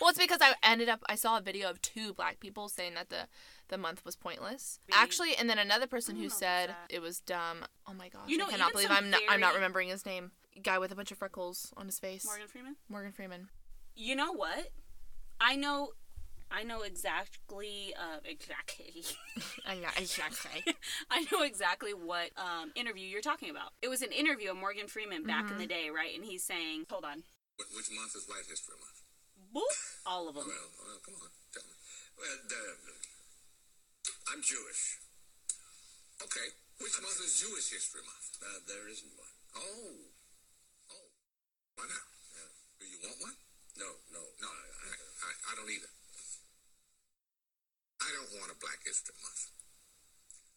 B: well, it's because I ended up I saw a video of two black people saying that the the month was pointless.
A: Really?
B: Actually, and then another person
A: I
B: who
A: don't know
B: said
A: about that.
B: it was dumb. Oh my gosh,
A: You know,
B: I cannot
A: even
B: believe
A: some
B: I'm not I'm not
A: very-
B: remembering his name. Guy with a bunch of freckles on his face. Morgan,
A: Morgan Freeman.
B: Freeman.
A: You know what? I know, I know exactly, uh, exactly.
B: I know exactly.
A: I know exactly what um, interview you're talking about. It was an interview of Morgan Freeman back in the day, right? And he's saying, "Hold on,
D: Wh- Which month is White History Month?
A: boop, all of them."
D: Well, well come on, tell me. Well, the, I'm Jewish. Okay. Which month is Jewish History Month? Uh, there isn't one. Oh. Oh. Why not? Do you want one? No, no, no. I, I, I don't either. I don't want a Black History Month.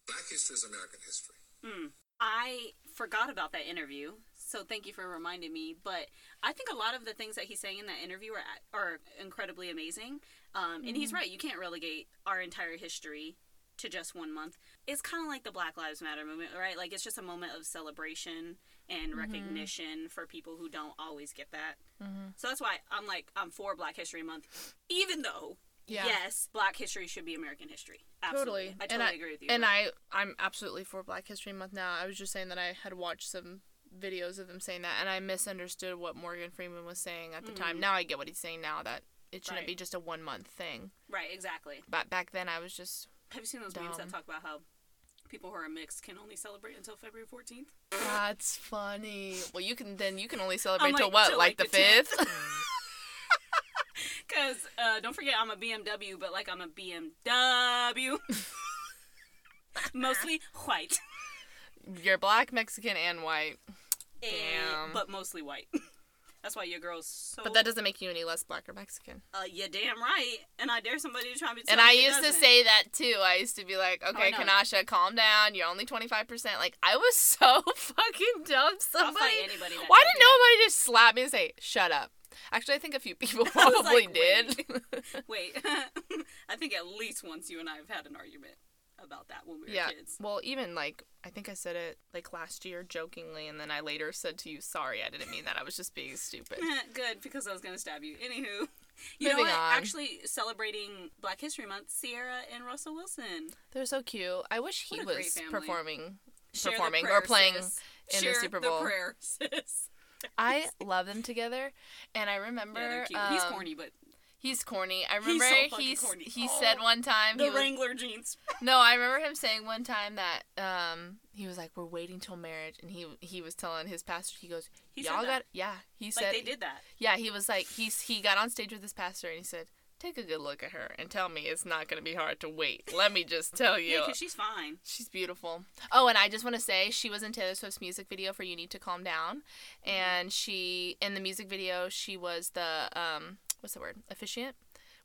D: Black history is American history.
B: Hmm.
A: Mm. I forgot about that interview, so thank you for reminding me. But I think a lot of the things that he's saying in that interview are, are incredibly amazing. Um, And
B: Mm-hmm.
A: he's right, you can't relegate our entire history to just one month. It's kind of like the Black Lives Matter movement, right? Like it's just a moment of celebration and
B: Mm-hmm.
A: recognition for people who don't always get that.
B: Mm-hmm.
A: So that's why I'm like, I'm for Black History Month, even though.
B: Yeah.
A: Yes, Black history should be American history. Absolutely.
B: Totally.
A: I
B: and
A: totally
B: I,
A: agree with you.
B: And
A: but-
B: I I'm absolutely for Black History Month now. I was just saying that I had watched some videos of them saying that and I misunderstood what Morgan Freeman was saying at the time. Now I get what he's saying now that it shouldn't
A: Mm. Right.
B: be just a one month thing.
A: right, exactly.
B: But back then I was just
A: Have you seen those memes that
B: Dumb.
A: talk about how people who are mixed can only celebrate until February 14th?
B: that's funny. Well, you can then you can only celebrate till
A: like,
B: what?
A: till,
B: like,
A: like,
B: the
A: the 10th?
B: 5th?
A: Because uh, don't forget, I'm a BMW, but like I'm a BMW. mostly white.
B: You're black, Mexican, and white.
A: And-
B: Damn.
A: But mostly white. That's why your girl's so.
B: But that doesn't make you any less black or Mexican.
A: Uh, you damn right. And I dare somebody to try me.
B: and I used to say that too. I used to be like, okay,
A: Oh, know.
B: Kanasha, calm down. You're only 25%. Like, I was so fucking dumb.
A: I'll
B: Somebody.
A: fight anybody. That
B: Why
A: tries
B: didn't nobody just slap me and say, shut up? Actually, I think a few people
A: I was
B: probably
A: like,
B: did.
A: to do that. Wait, I think at least once you and I have had an argument about that when we were
B: yeah.
A: kids.
B: Well, even like, I think I said it like last year jokingly, and then I later said to you, sorry, I didn't mean that. I was just being stupid.
A: Good, because I was gonna stab you. Anywho, you know
B: Moving
A: what?
B: on.
A: Actually, celebrating Black History Month, Sierra and Russell Wilson
B: They're so cute. I wish he
A: What a
B: was
A: great family.
B: performing.
A: Share the
B: Performing or
A: prayer,
B: playing
A: sis.
B: in the
A: Share
B: Super Bowl.
A: The prayer, sis.
B: I love them together, and I remember
A: Yeah, they're cute. He's
B: um,
A: corny, but
B: He's corny. I
A: He's so
B: remember
A: fucking
B: he s-
A: corny.
B: he
A: Oh,
B: said one time
A: the
B: he was,
A: Wrangler jeans.
B: no, I remember him saying one time that um he was like we're waiting till marriage, and he he was telling his pastor he goes
A: He said
B: y'all
A: that.
B: got yeah he
A: Like
B: said
A: they did that.
B: yeah he was like he's he got on stage with his pastor and he said take a good look at her and tell me it's not gonna be hard to wait. Let me just tell you.
A: Yeah, because she's fine.
B: She's beautiful. Oh, and I just want to say she was in Taylor Swift's music video for "You Need to Calm Down,"
A: Mm-hmm.
B: and she in the music video she was the um what's the word officiant,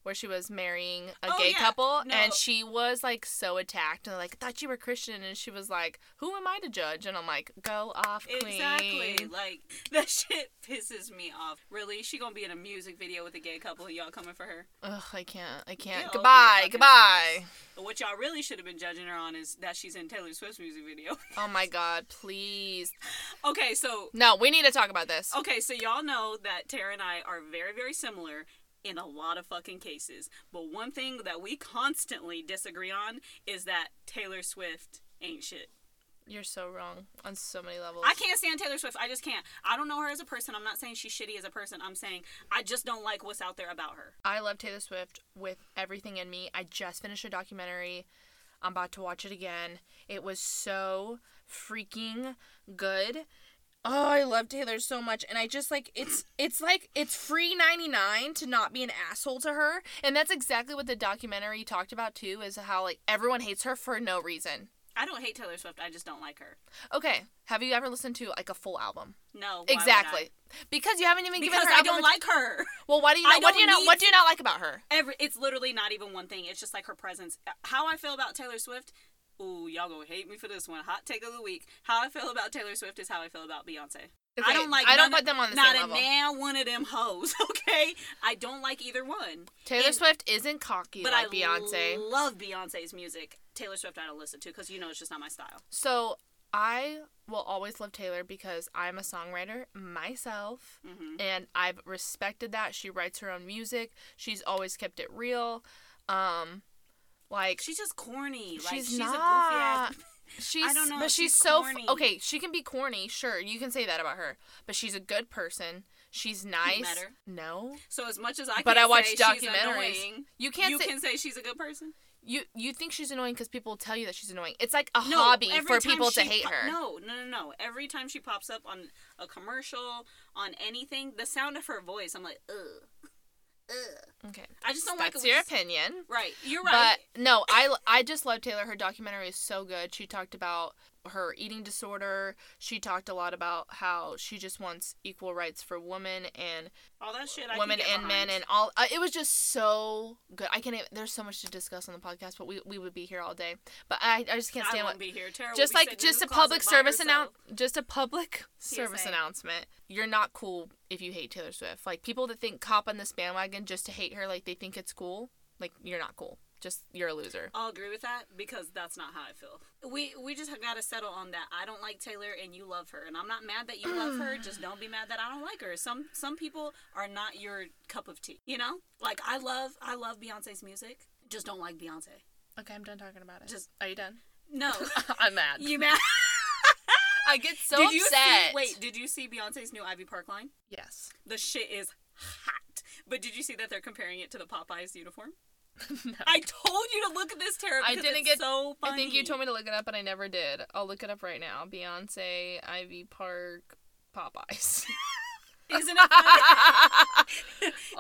B: where she was marrying a
A: Oh,
B: gay
A: yeah.
B: couple,
A: No.
B: and she was like so attacked and like I thought you were Christian, and she was like, "Who am I to judge?" And I'm like, "Go off, queen."
A: Exactly. Like that shit pisses me off. Really, she gonna be in a music video with a gay couple and y'all coming for her.
B: Ugh, I can't. I can't.
A: Yeah, oh,
B: goodbye.
A: you're fucking
B: Goodbye.
A: But what y'all really should have been judging her on is that she's in Taylor Swift's music video.
B: Oh my God! Please.
A: okay, so
B: No, we need to talk about this.
A: okay, so y'all know that Tara and I are very very similar in a lot of fucking cases. But one thing that we constantly disagree on is that Taylor Swift ain't shit.
B: You're so wrong on so many levels.
A: I can't stand Taylor Swift. I just can't. I don't know her as a person. I'm not saying she's shitty as a person. I'm saying I just don't like what's out there about her.
B: I love Taylor Swift with everything in me. I just finished a documentary. I'm about to watch it again. It was so freaking good. Oh, I love Taylor so much and I just like it's it's like it's free 99 to not be an asshole to her. And that's exactly what the documentary talked about too is how like everyone hates her for no reason.
A: I don't hate Taylor Swift. I just don't like her.
B: Okay, have you ever listened to like a full album?
A: No. why would I?
B: exactly. Because you haven't even
A: Because
B: given her
A: I
B: album
A: don't
B: a-
A: like her.
B: Well, why do you
A: I
B: not, what
A: don't
B: do you not
A: need
B: what do you not like about her?
A: Every it's literally not even one thing. It's just like her presence. How I feel about Taylor Swift. Ooh, y'all gonna hate me for this one. Hot take of the week. How I feel about Taylor Swift is how I feel about Beyonce. I
B: Okay,
A: don't like.
B: I don't
A: none of-
B: put them on the
A: not
B: same
A: a
B: level.
A: damn one of them hoes. Okay, I don't like either one.
B: Taylor
A: And-
B: Swift isn't cocky
A: but
B: like
A: I
B: Beyonce.
A: love Beyonce's music. Taylor Swift, I don't listen to because you know it's just not my style.
B: so I will always love Taylor because I'm a songwriter myself
A: Mm-hmm.
B: and I've respected that. She writes her own music. She's always kept it real. Um like
A: She's just corny. Like,
B: she's,
A: she's a goofy
B: not
A: ass.
B: She's
A: don't know,
B: but she's,
A: she's
B: so f-
A: corny.
B: okay, she can be corny, sure. You can say that about her. But she's a good person. She's nice.
A: met her?
B: No.
A: So as much as I,
B: But
A: can
B: I watch
A: say she's
B: documentaries.
A: annoying,
B: You can't
A: You
B: say-
A: can say she's a good person.
B: You you think she's annoying cuz people tell you that she's annoying. It's like a hobby
A: every
B: for
A: time
B: people to
A: she
B: hate
A: po-
B: her.
A: No, no, no, no. Every time she pops up on a commercial, on anything, the sound of her voice, I'm like, ugh, ugh.
B: Okay.
A: I just don't like
B: That's
A: it.
B: your
A: It's-
B: opinion.
A: Right, you're right.
B: But no, I I just love Taylor. Her documentary is so good. She talked about her eating disorder. She talked a lot about how she just wants equal rights for women and
A: All that shit. I
B: women
A: can get
B: and men
A: behind.
B: and all. Uh, it was just so good. I can't. Even, there's so much to discuss on the podcast, but we, we would be here all day. But I, I just can't
A: I
B: stand
A: won't
B: what.
A: be here. Tara will
B: Just
A: be
B: like
A: sitting in
B: just
A: the
B: a public
A: closet by
B: service
A: herself.
B: announce, just a public service
A: PSA.
B: announcement. You're not cool if you hate Taylor Swift. Like people that think cop on this bandwagon just to hate her, like they think it's cool. Like you're not cool. Just you're a loser.
A: I'll agree with that because that's not how I feel. We we just got to settle on that. I don't like Taylor and you love her, and I'm not mad that you love her. Just don't be mad that I don't like her. Some some people are not your cup of tea. You know, like I love I love Beyonce's music. Just don't like Beyonce.
B: Okay, I'm done talking about it.
A: Just-
B: are you done?
A: No,
B: I'm mad.
A: you mad?
B: I get so
A: did
B: upset.
A: you see? Wait, did you see Beyonce's new Ivy Park line?
B: Yes.
A: The shit is hot. But did you see that they're comparing it to the Popeyes uniform? I told you to look at this, Tara.
B: I
A: because
B: didn't
A: it's
B: get.
A: so funny.
B: I think you told me to look it up, and I never did. I'll look it up right now. Beyonce, Ivy Park, Popeyes.
A: Isn't it funny?
B: oh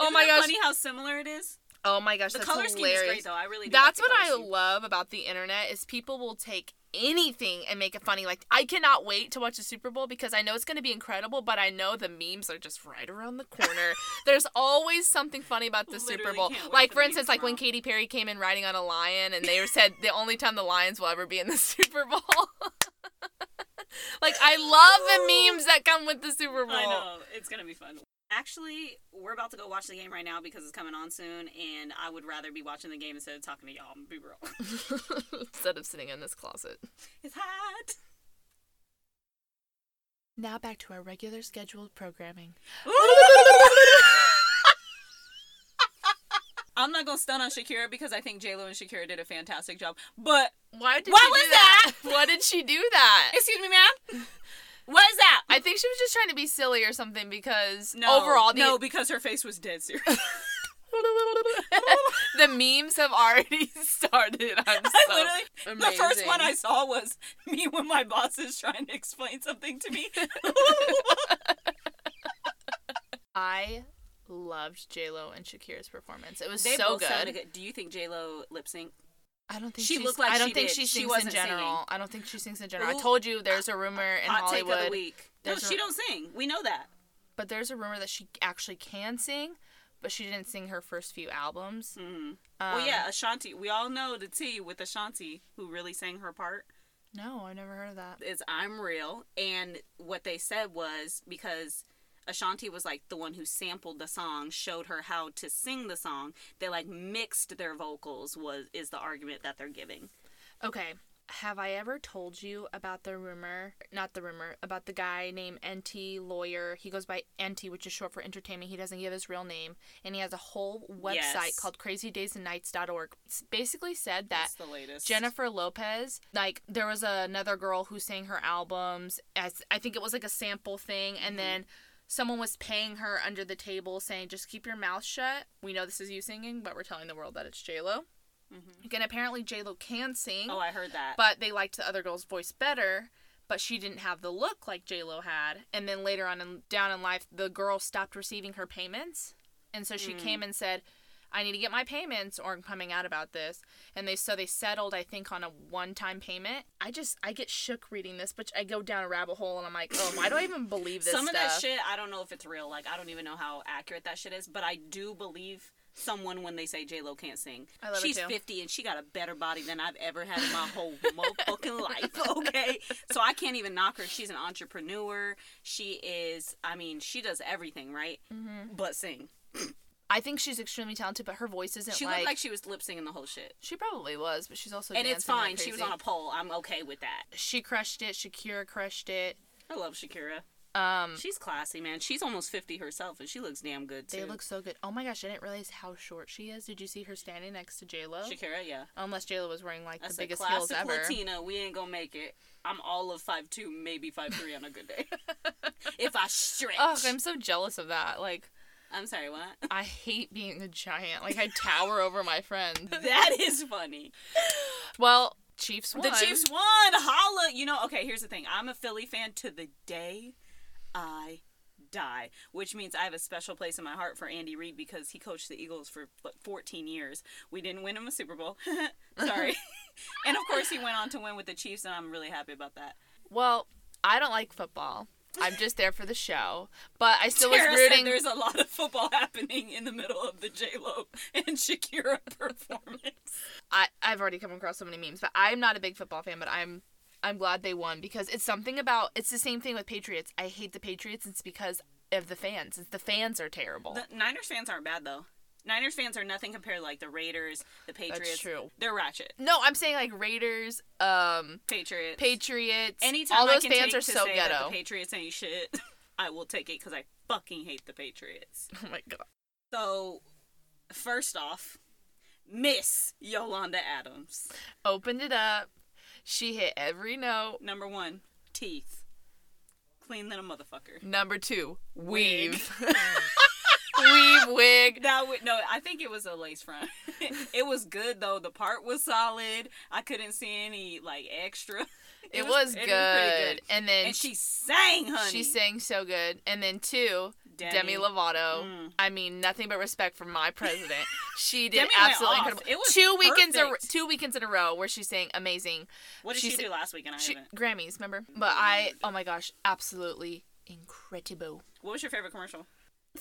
A: Isn't
B: my
A: it
B: gosh.
A: Funny how similar it is.
B: Oh my gosh.
A: The
B: that's
A: color scheme
B: hilarious.
A: is great though. I really. Do
B: That's
A: like
B: what
A: the
B: I
A: color scheme.
B: love about the internet is people will take anything and make it funny. Like I cannot wait to watch the Super Bowl because I know it's going to be incredible, but I know the memes are just right around the corner. There's always something funny about the Super
C: Literally
B: Bowl.
C: can't wait
B: Like
C: for
B: for
C: the
B: instance,
C: memes
B: like when
C: tomorrow.
B: Katy Perry came in riding on a lion, and they said the only time the lions will ever be in the Super Bowl. like I love the memes that come with the Super Bowl.
C: I know. It's
A: It's
C: gonna be
A: gonna be fun. Actually, we're about to go watch the game right now because it's coming on soon, and I would rather be watching the game instead of talking to y'all. I'm gonna be real.
B: Instead of sitting in this closet.
A: It's hot.
B: Now back to our regular scheduled programming.
C: I'm not gonna stun on Shakira because I think J Lo and Shakira did a fantastic job. But
B: Why did
C: What
B: she do
C: was
B: that? Why did she do that?
C: excuse me, ma'am. What is that?
B: I think she was just trying to be silly or something because
C: no,
B: overall the
C: no, because her face was dead serious. I
B: the memes have already started. I'm so
C: literally, the first
B: amazing.
C: one I saw was me when my boss is trying to explain something to me.
B: I loved J Lo and Shakira's performance. It was
A: They
B: so
A: both sounded
B: good.
A: good. Do you think J Lo lip sync?
B: I don't think
A: She
B: she's-
A: looked like
B: I don't
A: she
B: think
A: did.
B: she
A: She
B: sings in
A: wasn't
B: general.
A: singing.
B: I don't think she sings in general.
A: Ooh. Uh,
B: I told you there's a rumor in
A: Hot take of the
B: Hollywood,
A: week.
B: There's
A: no,
B: a-
A: she don't sing. We know that.
B: but there's a rumor that she actually can sing, but she didn't sing her first few albums.
A: Mm-hmm.
B: Um,
A: well, yeah, Ashanti. We all know the T with Ashanti, who really sang her part.
B: No, I've never heard of that.
A: Is I'm real, and what they said was because Ashanti was like the one who sampled the song, showed her how to sing the song. They like mixed their vocals. Was is the argument that they're giving?
B: Okay. Have I ever told you about the rumor? Not the rumor, about the guy named NT Lawyer. He goes by NT, which is short for entertainment. He doesn't give his real name. And he has a whole website
A: Yes.
B: called crazydaysandnights.org. It's basically said that
C: That's the latest.
B: Jennifer Lopez, like there was another girl who sang her albums as I think it was like a sample thing and then someone was paying her under the table saying just keep your mouth shut. We know this is you singing, but we're telling the world that it's J-Lo. And apparently J-Lo can sing,
A: Oh, I heard that.
B: but they liked the other girl's voice better. But she didn't have the look like J Lo had, and then later on in, down in life, the girl stopped receiving her payments, and so
A: Hmm.
B: she came and said, I need to get my payments or I'm coming out about this. And they so they settled, I think, on a one time payment. I just I get shook reading this, but I go down a rabbit hole and I'm like, oh, why do I even believe this
A: Some
B: stuff?
A: of that shit, I don't know if it's real. Like, I don't even know how accurate that shit is, but I do believe someone when they say J Lo can't sing.
B: I love it
A: She's
B: too.
A: 50 and she got a better body than I've ever had in my whole fucking life. Okay, so I can't even knock her. She's an entrepreneur. She is. I mean, she does everything right,
B: Mm-hmm.
A: but sing.
B: I think she's extremely talented, but her voice isn't
A: She
B: like,
A: looked like she was lip singing the whole shit,
B: she probably was, but she's also
A: and it's
B: dancing like
A: fine. She was
B: crazy.
A: on a pole. I'm okay with that.
B: she crushed it. Shakira crushed it.
A: I love Shakira.
B: Um,
A: She's classy, man. She's almost 50 herself, and she looks damn good too.
B: They look so good. Oh my gosh, I didn't realize how short she is. Did you see her standing next to J Lo?
A: Shakira, yeah.
B: Unless J Lo was wearing like
A: That's
B: the biggest
A: a
B: heels
A: classic
B: ever.
A: Latina. We ain't gonna make it. I'm all of 5'2", maybe 5'3", on a good day. if I stretch.
B: Ugh, I'm so jealous of that. Like,
A: I'm sorry, what?
B: I hate being a giant. Like, I tower over my friends.
A: That is funny.
B: Well, Chiefs won.
A: The Chiefs won. Holla. You know, okay, here's the thing. I'm a Philly fan to the day I die, which means I have a special place in my heart for Andy Reid because he coached the Eagles for what, 14 years. We didn't win him a Super Bowl. sorry. and of course, he went on to win with the Chiefs, and I'm really happy about that.
B: Well, I don't like football. I'm just there for the show. But I still was
A: Tara said
B: rooting.
A: there's a lot of football happening in the middle of the J Lo and Shakira performance.
B: I, I've already come across so many memes, but I'm not a big football fan, but I'm I'm glad they won because it's something about it's the same thing with Patriots. I hate the Patriots. It's because of the fans. It's the fans are terrible.
A: the Niners fans aren't bad though. Niners fans are nothing compared to like the Raiders, the Patriots.
B: true.
A: They're ratchet.
B: No, I'm saying like Raiders, um,
A: Patriots.
B: Patriots.
A: Anytime
B: all
A: I
B: those
A: can
B: fans
A: take
B: are
A: to
B: so
A: say that
B: ghetto.
A: the Patriots ain't shit. I will take it because I fucking hate the Patriots.
B: oh my god.
A: So, first off, Miss Yolanda Adams,
B: Opened it up. She hit every note.
A: number one, teeth, clean than a motherfucker.
B: Number two, weave. weave wig.
A: That would no. I think it was a lace front. it was good though. The part was solid. I couldn't see any like extra.
B: It, was, good.
A: pretty
B: And then
A: And she sang, honey.
B: she sang so good. And then two,
A: Demi, Mm.
B: Demi Lovato. I mean, nothing but respect for my president. She did
A: Demi went
B: absolutely
A: off.
B: incredible.
A: It was
B: two weekends, a,
A: perfect.
B: two weekends in a row, where she's saying amazing.
A: What did
B: she
A: she,
B: said-
A: do last weekend? I
B: She,
A: haven't. Mm.
B: Grammys, remember? But I, oh my gosh, absolutely incredible.
A: What was your favorite commercial?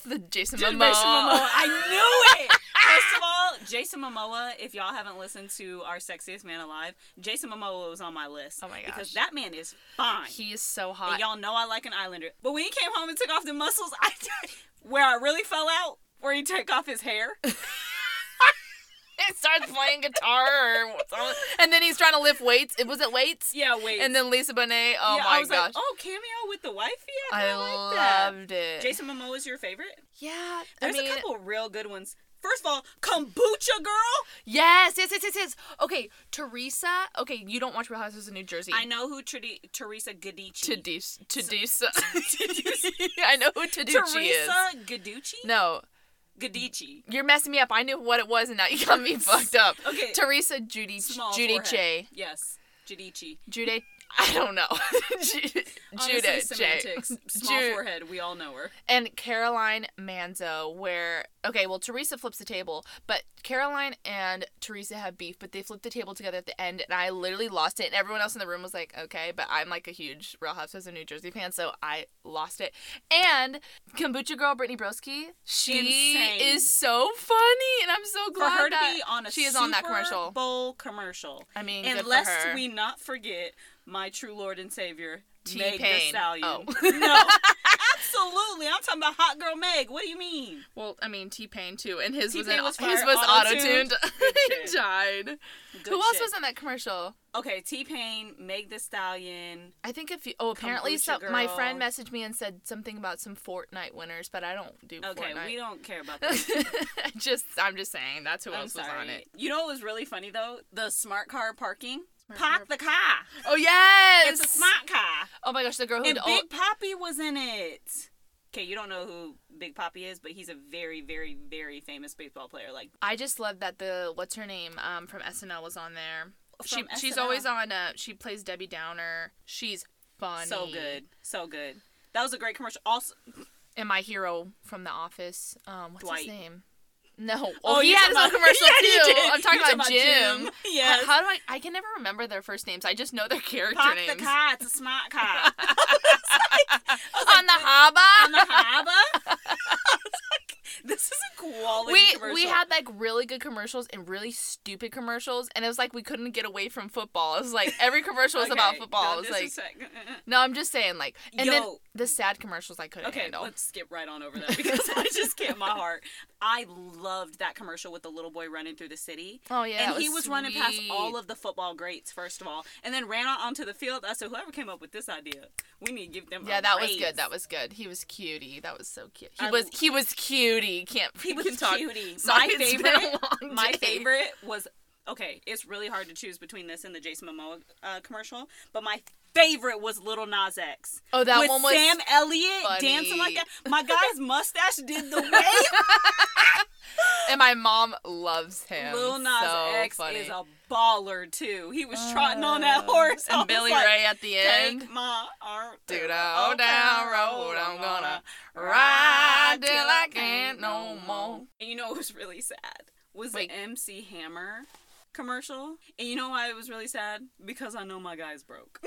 B: The Jason
A: Jason
B: Momoa.
A: Momoa. I knew it. First of all, Jason Momoa. If y'all haven't listened to our sexiest man alive, Jason Momoa was on my list.
B: Oh my gosh.
A: Because that man is fine.
B: He is so
A: And
B: hot.
A: y'all know I like an Islander. But when he came home and took off the muscles, I where I really fell out, where he took off his hair.
B: and starts playing guitar, or something. and then he's trying to lift weights. It was it weights.
A: Yeah, wait.
B: And then Lisa Bonet. Oh
A: yeah,
B: my
A: I was
B: gosh,
A: like, oh, cameo with the wifey. I,
B: I
A: kinda like that.
B: loved it.
A: Jason Momoa is your favorite.
B: yeah,
A: There's
B: I mean,
A: a couple real good ones. First of all, kombucha girl.
B: Yes, yes, yes, yes, yes. Okay, Teresa. Okay, you don't watch Real Houses of New Jersey.
A: I know who Tre- Teresa Gudici.
B: Tadis- Tadisa. I know who Taducci is.
A: Teresa Guducci?
B: No,
A: Gudici.
B: you're messing me up. I knew what it was, and now you got me fucked up.
A: Okay.
B: Teresa Judy
A: Small
B: Judy
A: forehead.
B: Che
A: Yes. Judici.
B: Judy. I don't know. Ju-
A: Honestly,
B: Judah Che.
A: semantics. Small
B: Ju-
A: forehead. We all know her.
B: and Caroline Manzo, where okay, well Teresa flips the table, but Caroline and Teresa have beef, but they flip the table together at the end, and I literally lost it, and everyone else in the room was like, okay, but I'm like a huge Real Housewives of New Jersey fan, so I lost it. And kombucha girl Brittany Broski, she
A: Insane.
B: is so funny, and I'm so
A: For
B: glad
A: her to
B: that
A: be on a
B: she is on that
A: Super
B: commercial.
A: Bowl commercial.
B: I mean, good for
A: unless
B: her.
A: we not forget my true Lord and Savior. Meg
B: T-Pain.
A: Thee Stallion.
B: Oh.
A: no, absolutely. I'm talking about hot girl Meg. What do you mean?
B: well, I mean T Pain too, and his was
A: T-Pain
B: an-
A: was
B: his
A: fired,
B: was auto
A: auto-tuned.
B: tuned.
A: Good
B: he
A: shit.
B: died.
A: Good
B: Who else
A: shit.
B: was in that commercial?
A: Okay, T Pain, Meg the Stallion.
B: I think if you oh apparently
A: Kombucha
B: some, my
A: girl.
B: friend messaged me and said something about some Fortnite winners, but I don't do
A: Okay,
B: Fortnite.
A: we don't care about that.
B: I just I'm just saying that's who
A: I'm
B: else
A: sorry.
B: was on it.
A: You know what was really funny though? The smart car parking.
B: car-
A: Park the car.
B: Oh yes,
A: It's a smart car.
B: Oh my gosh, the girl who
A: And
B: did
A: Big Poppy was in it. Okay, you don't know who Big Poppy is, but he's a very, very, very famous baseball player. Like
B: I just love that the what's her name um from SNL was on there. She
A: Oh, From
B: she's
A: SNL.
B: always on. Uh, she plays Debbie Downer. She's funny.
A: so good, so good. That was a great commercial. Also,
B: And my hero from The Office. Um, what's
A: Dwight.
B: his name? No.
A: Oh,
B: Oh, he
A: you're
B: had his own
A: talking about-
B: commercial
A: Yeah, he
B: too.
A: did.
B: I'm talking
A: You're
B: about, Jim.
A: Yes.
B: How, how do I? I can never remember their first names. I just know their character
A: Park
B: names.
A: the car. It's a smart car.
B: on the harbor.
A: On the harbor. I was like, this is a quality
B: we
A: commercial.
B: we had like really good commercials and really stupid commercials, and it was like we couldn't get away from football. It was like every commercial was about
A: Okay,
B: football.
A: don't
B: It was like
A: disrespect. Uh,
B: no, I'm just saying like, and then
A: Yo.
B: the sad commercials I couldn't
A: Okay,
B: handle.
A: let's skip right on over that because I just can't my heart. I loved that commercial with the little boy running through the city.
B: Oh, yeah,
A: and
B: that
A: he
B: was
A: was running past all
B: sweet.
A: of the football greats first of all, and then ran out onto the field. I said, whoever came up with this idea, we need to give them.
B: Yeah,
A: a
B: that was
A: raise."
B: good. That was good. He was cutie. That was so cute. He
A: I
B: was
A: l-
B: he was cutie. Can't
A: he was
B: can talk.
A: cutie.
B: Sorry,
A: my
B: it's been a
A: favorite,
B: long
A: my
B: day.
A: favorite was okay. It's really hard to choose between this and the Jason Momoa uh, commercial, but my favorite was Little Nas X.
B: Oh, that
A: with
B: one was
A: Sam Elliott
B: funny.
A: dancing like that. My guy's mustache did the wave.
B: And my mom loves him.
A: Lil Nas
B: so
A: X
B: funny.
A: is a baller too. He was trotting on that horse. I
B: Uh, and
A: was
B: Billy
A: like,
B: Ray at the end.
A: Take my arm to
B: To
A: the
B: the old town road, I'm gonna ride till I can't no more.
A: And you know what was really sad was
B: Wait.
A: the MC Hammer commercial. And you know why it was really sad? Because I know my guy's broke.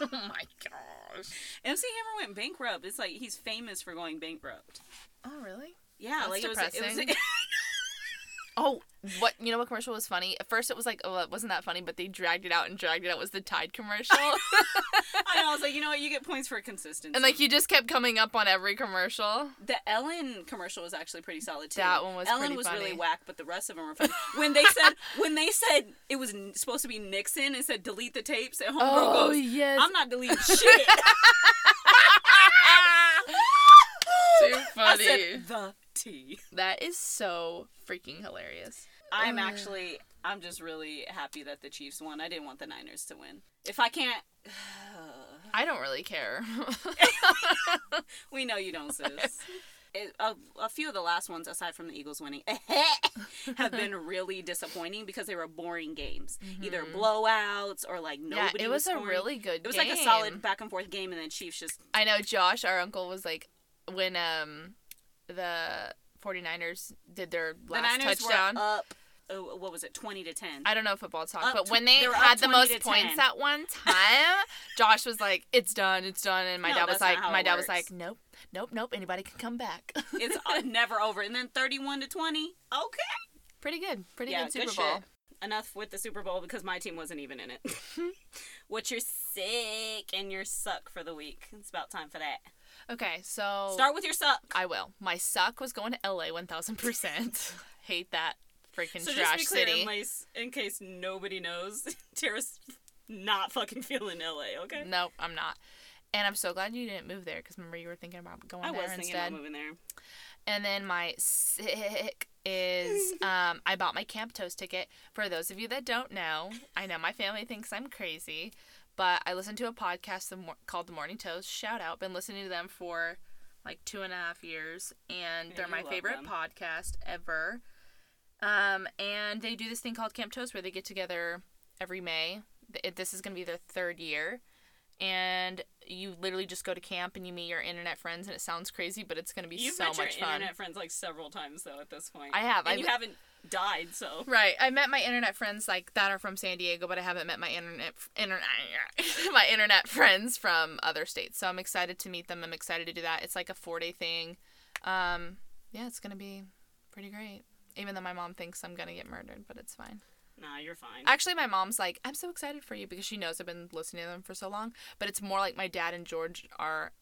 B: Oh my gosh.
A: MC Hammer went bankrupt. It's like he's famous for going bankrupt.
B: Oh really?
A: Yeah,
B: That's
A: like it was. It
B: depressing.
A: was
B: Oh, what you know? What commercial was funny? At first, it was like, oh, it wasn't that funny, but they dragged it out and dragged it out. Was the Tide commercial,
A: I know. I was like, you know what? You get points for consistency.
B: and like you just kept coming up on every commercial.
A: The Ellen commercial was actually pretty solid too.
B: That one was
A: Ellen
B: pretty
A: was really
B: funny.
A: whack, but the rest of them were funny. when they said when they said it was n- supposed to be Nixon and said delete the tapes and homegirl
B: Oh,
A: goes,
B: yes.
A: I'm not deleting shit.
B: Too
A: I
B: funny.
A: said the T.
B: that is so freaking hilarious. Uh.
A: I'm actually I'm just really happy that the Chiefs won. I didn't want the Niners to win. If I can't,
B: I don't really care.
A: we know you don't, sis. It, a, a few of the last ones, aside from the Eagles winning, have been really disappointing because they were boring games, either blowouts or like
B: Mm-hmm. yeah,
A: nobody.
B: it was, a
A: scoring.
B: really good.
A: It was
B: game.
A: like a solid back and forth game, and then Chiefs just
B: I know Josh, our uncle, was like, when um the 49ers did their
A: The
B: last
A: Niners
B: touchdown.
A: were up. Oh, what was it? Twenty to ten.
B: I don't know football talk,
A: Up
B: but
A: tw-
B: when they
A: they were up
B: had the
A: 20
B: most
A: to
B: points
A: 10.
B: at one time, Josh was like, "It's done, it's done," and my
A: No,
B: dad was
A: that's not
B: like,
A: how
B: "My
A: it
B: dad
A: works.
B: was like, nope, nope, nope. Anybody can come back."
A: it's uh, never over. And then thirty-one to twenty. Okay.
B: pretty good, pretty
A: Yeah,
B: good Super
A: good
B: Bowl.
A: shit. Enough with the Super Bowl because my team wasn't even in it. What's your sick and your suck for the week? It's about time for that.
B: Okay, so
A: Start with your suck.
B: I will. My suck was going to LA one thousand percent. Hate that freaking
A: so
B: trash
A: just to be clear,
B: city.
A: in case, in case nobody knows, Tara's not fucking feeling LA. Okay.
B: nope, I'm not. And I'm so glad you didn't move there because remember you were thinking about going
A: I
B: there
A: was thinking
B: instead.
A: about moving there.
B: And then my sick is um, I bought my Camp Toast ticket. For those of you that don't know, I know my family thinks I'm crazy, but I listened to a podcast the mor- called The Morning Toast. Shout out. Been listening to them for like two and a half years, and
A: Yeah,
B: they're
A: you
B: my
A: love
B: favorite
A: them.
B: podcast ever. Um, and they do this thing called Camp Toast where they get together every May. Th- It, this is going to be their third year. And you literally just go to camp and you meet your internet friends, and it sounds crazy, but it's going to be
A: You've
B: so
A: met
B: much
A: your
B: fun.
A: internet friends like several times though. At this point,
B: I have.
A: And
B: I-
A: you haven't died, so
B: Right. I met my internet friends like that are from San Diego, but I haven't met my internet internet my internet friends from other states. So I'm excited to meet them. I'm excited to do that. It's like a four day thing. Um, yeah, it's gonna be pretty great. Even though my mom thinks I'm gonna get murdered, but it's fine.
A: nah, you're fine.
B: Actually, my mom's like, I'm so excited for you because she knows I've been listening to them for so long. But it's more like my dad and George are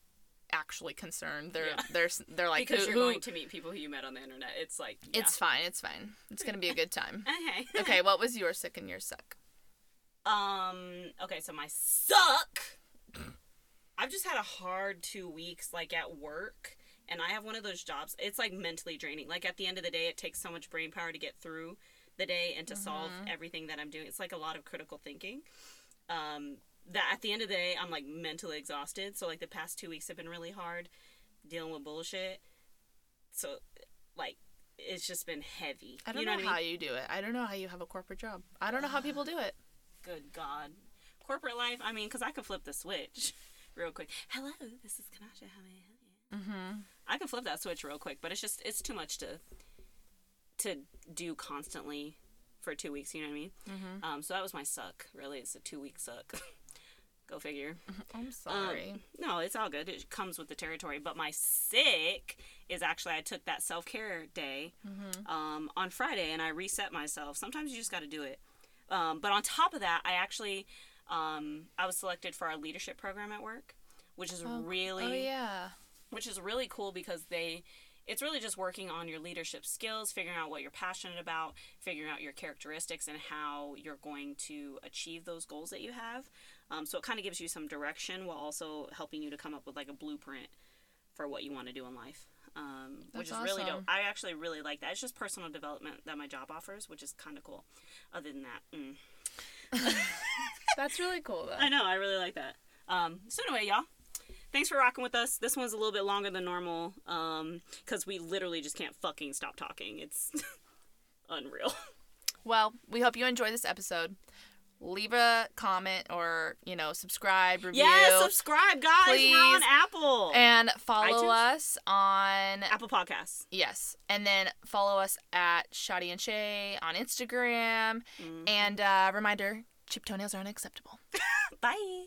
B: actually concerned. They're
A: Yeah.
B: they're s- they're like,
A: because
B: who,
A: you're
B: who-
A: going to meet people who you met on the internet. It's like yeah.
B: it's fine, it's fine. It's gonna be a good time.
A: okay.
B: okay, what was your sick and your suck?
A: Um. Okay. So my suck. I've just had a hard two weeks, like at work, and I have one of those jobs. It's like mentally draining. Like at the end of the day, it takes so much brain power to get through the day and to
B: Mm-hmm.
A: solve everything that I'm doing. It's like a lot of critical thinking. Um. That at the end of the day, I'm like mentally exhausted. So like the past two weeks have been really hard, dealing with bullshit. So, like, it's just been heavy.
B: I don't
A: you
B: know,
A: know, what I mean?
B: how you do it. I don't know how you have a corporate job. I don't know how people do it.
A: good god corporate life i mean because i could flip the switch real quick hello this is kanasha how may i help you mm-hmm. i could flip that switch real quick but it's just it's too much to to do constantly for two weeks you know what i mean mm-hmm. um, so that was my suck really it's a two week suck go figure
B: I'm
A: um,
B: sorry.
A: no, it's all good. It comes with the territory. But my sick is actually I took that self care day
B: Mm-hmm.
A: um, on Friday and I reset myself. Sometimes you just got to do it. Um, but on top of that, I actually um, I was selected for our leadership program at work, which is really
B: oh yeah.
A: which is really cool because they it's really just working on your leadership skills figuring out what you're passionate about figuring out your characteristics and how you're going to achieve those goals that you have um, so it kind of gives you some direction while also helping you to come up with like a blueprint for what you want to do in life um, which is
B: That's
A: really dope
B: awesome.
A: i actually really like that it's just personal development that my job offers which is kind of cool other than that mm.
B: That's really cool though.
A: I know. I really like that. Um, so anyway, y'all, thanks for rocking with us. This one's a little bit longer than normal because we literally just can't fucking stop talking. It's unreal.
B: Well, we hope you enjoy this episode. Leave a comment or, you know, subscribe, review.
A: Yeah, subscribe, guys. We're on
B: Please.
A: Apple.
B: and follow
A: iTunes?
B: us on
A: Apple Podcasts.
B: Yes. And then follow us at Shoddy and Shay on
A: Mm-hmm.
B: Instagram. And uh, reminder, chip toenails aren't acceptable.
A: Bye.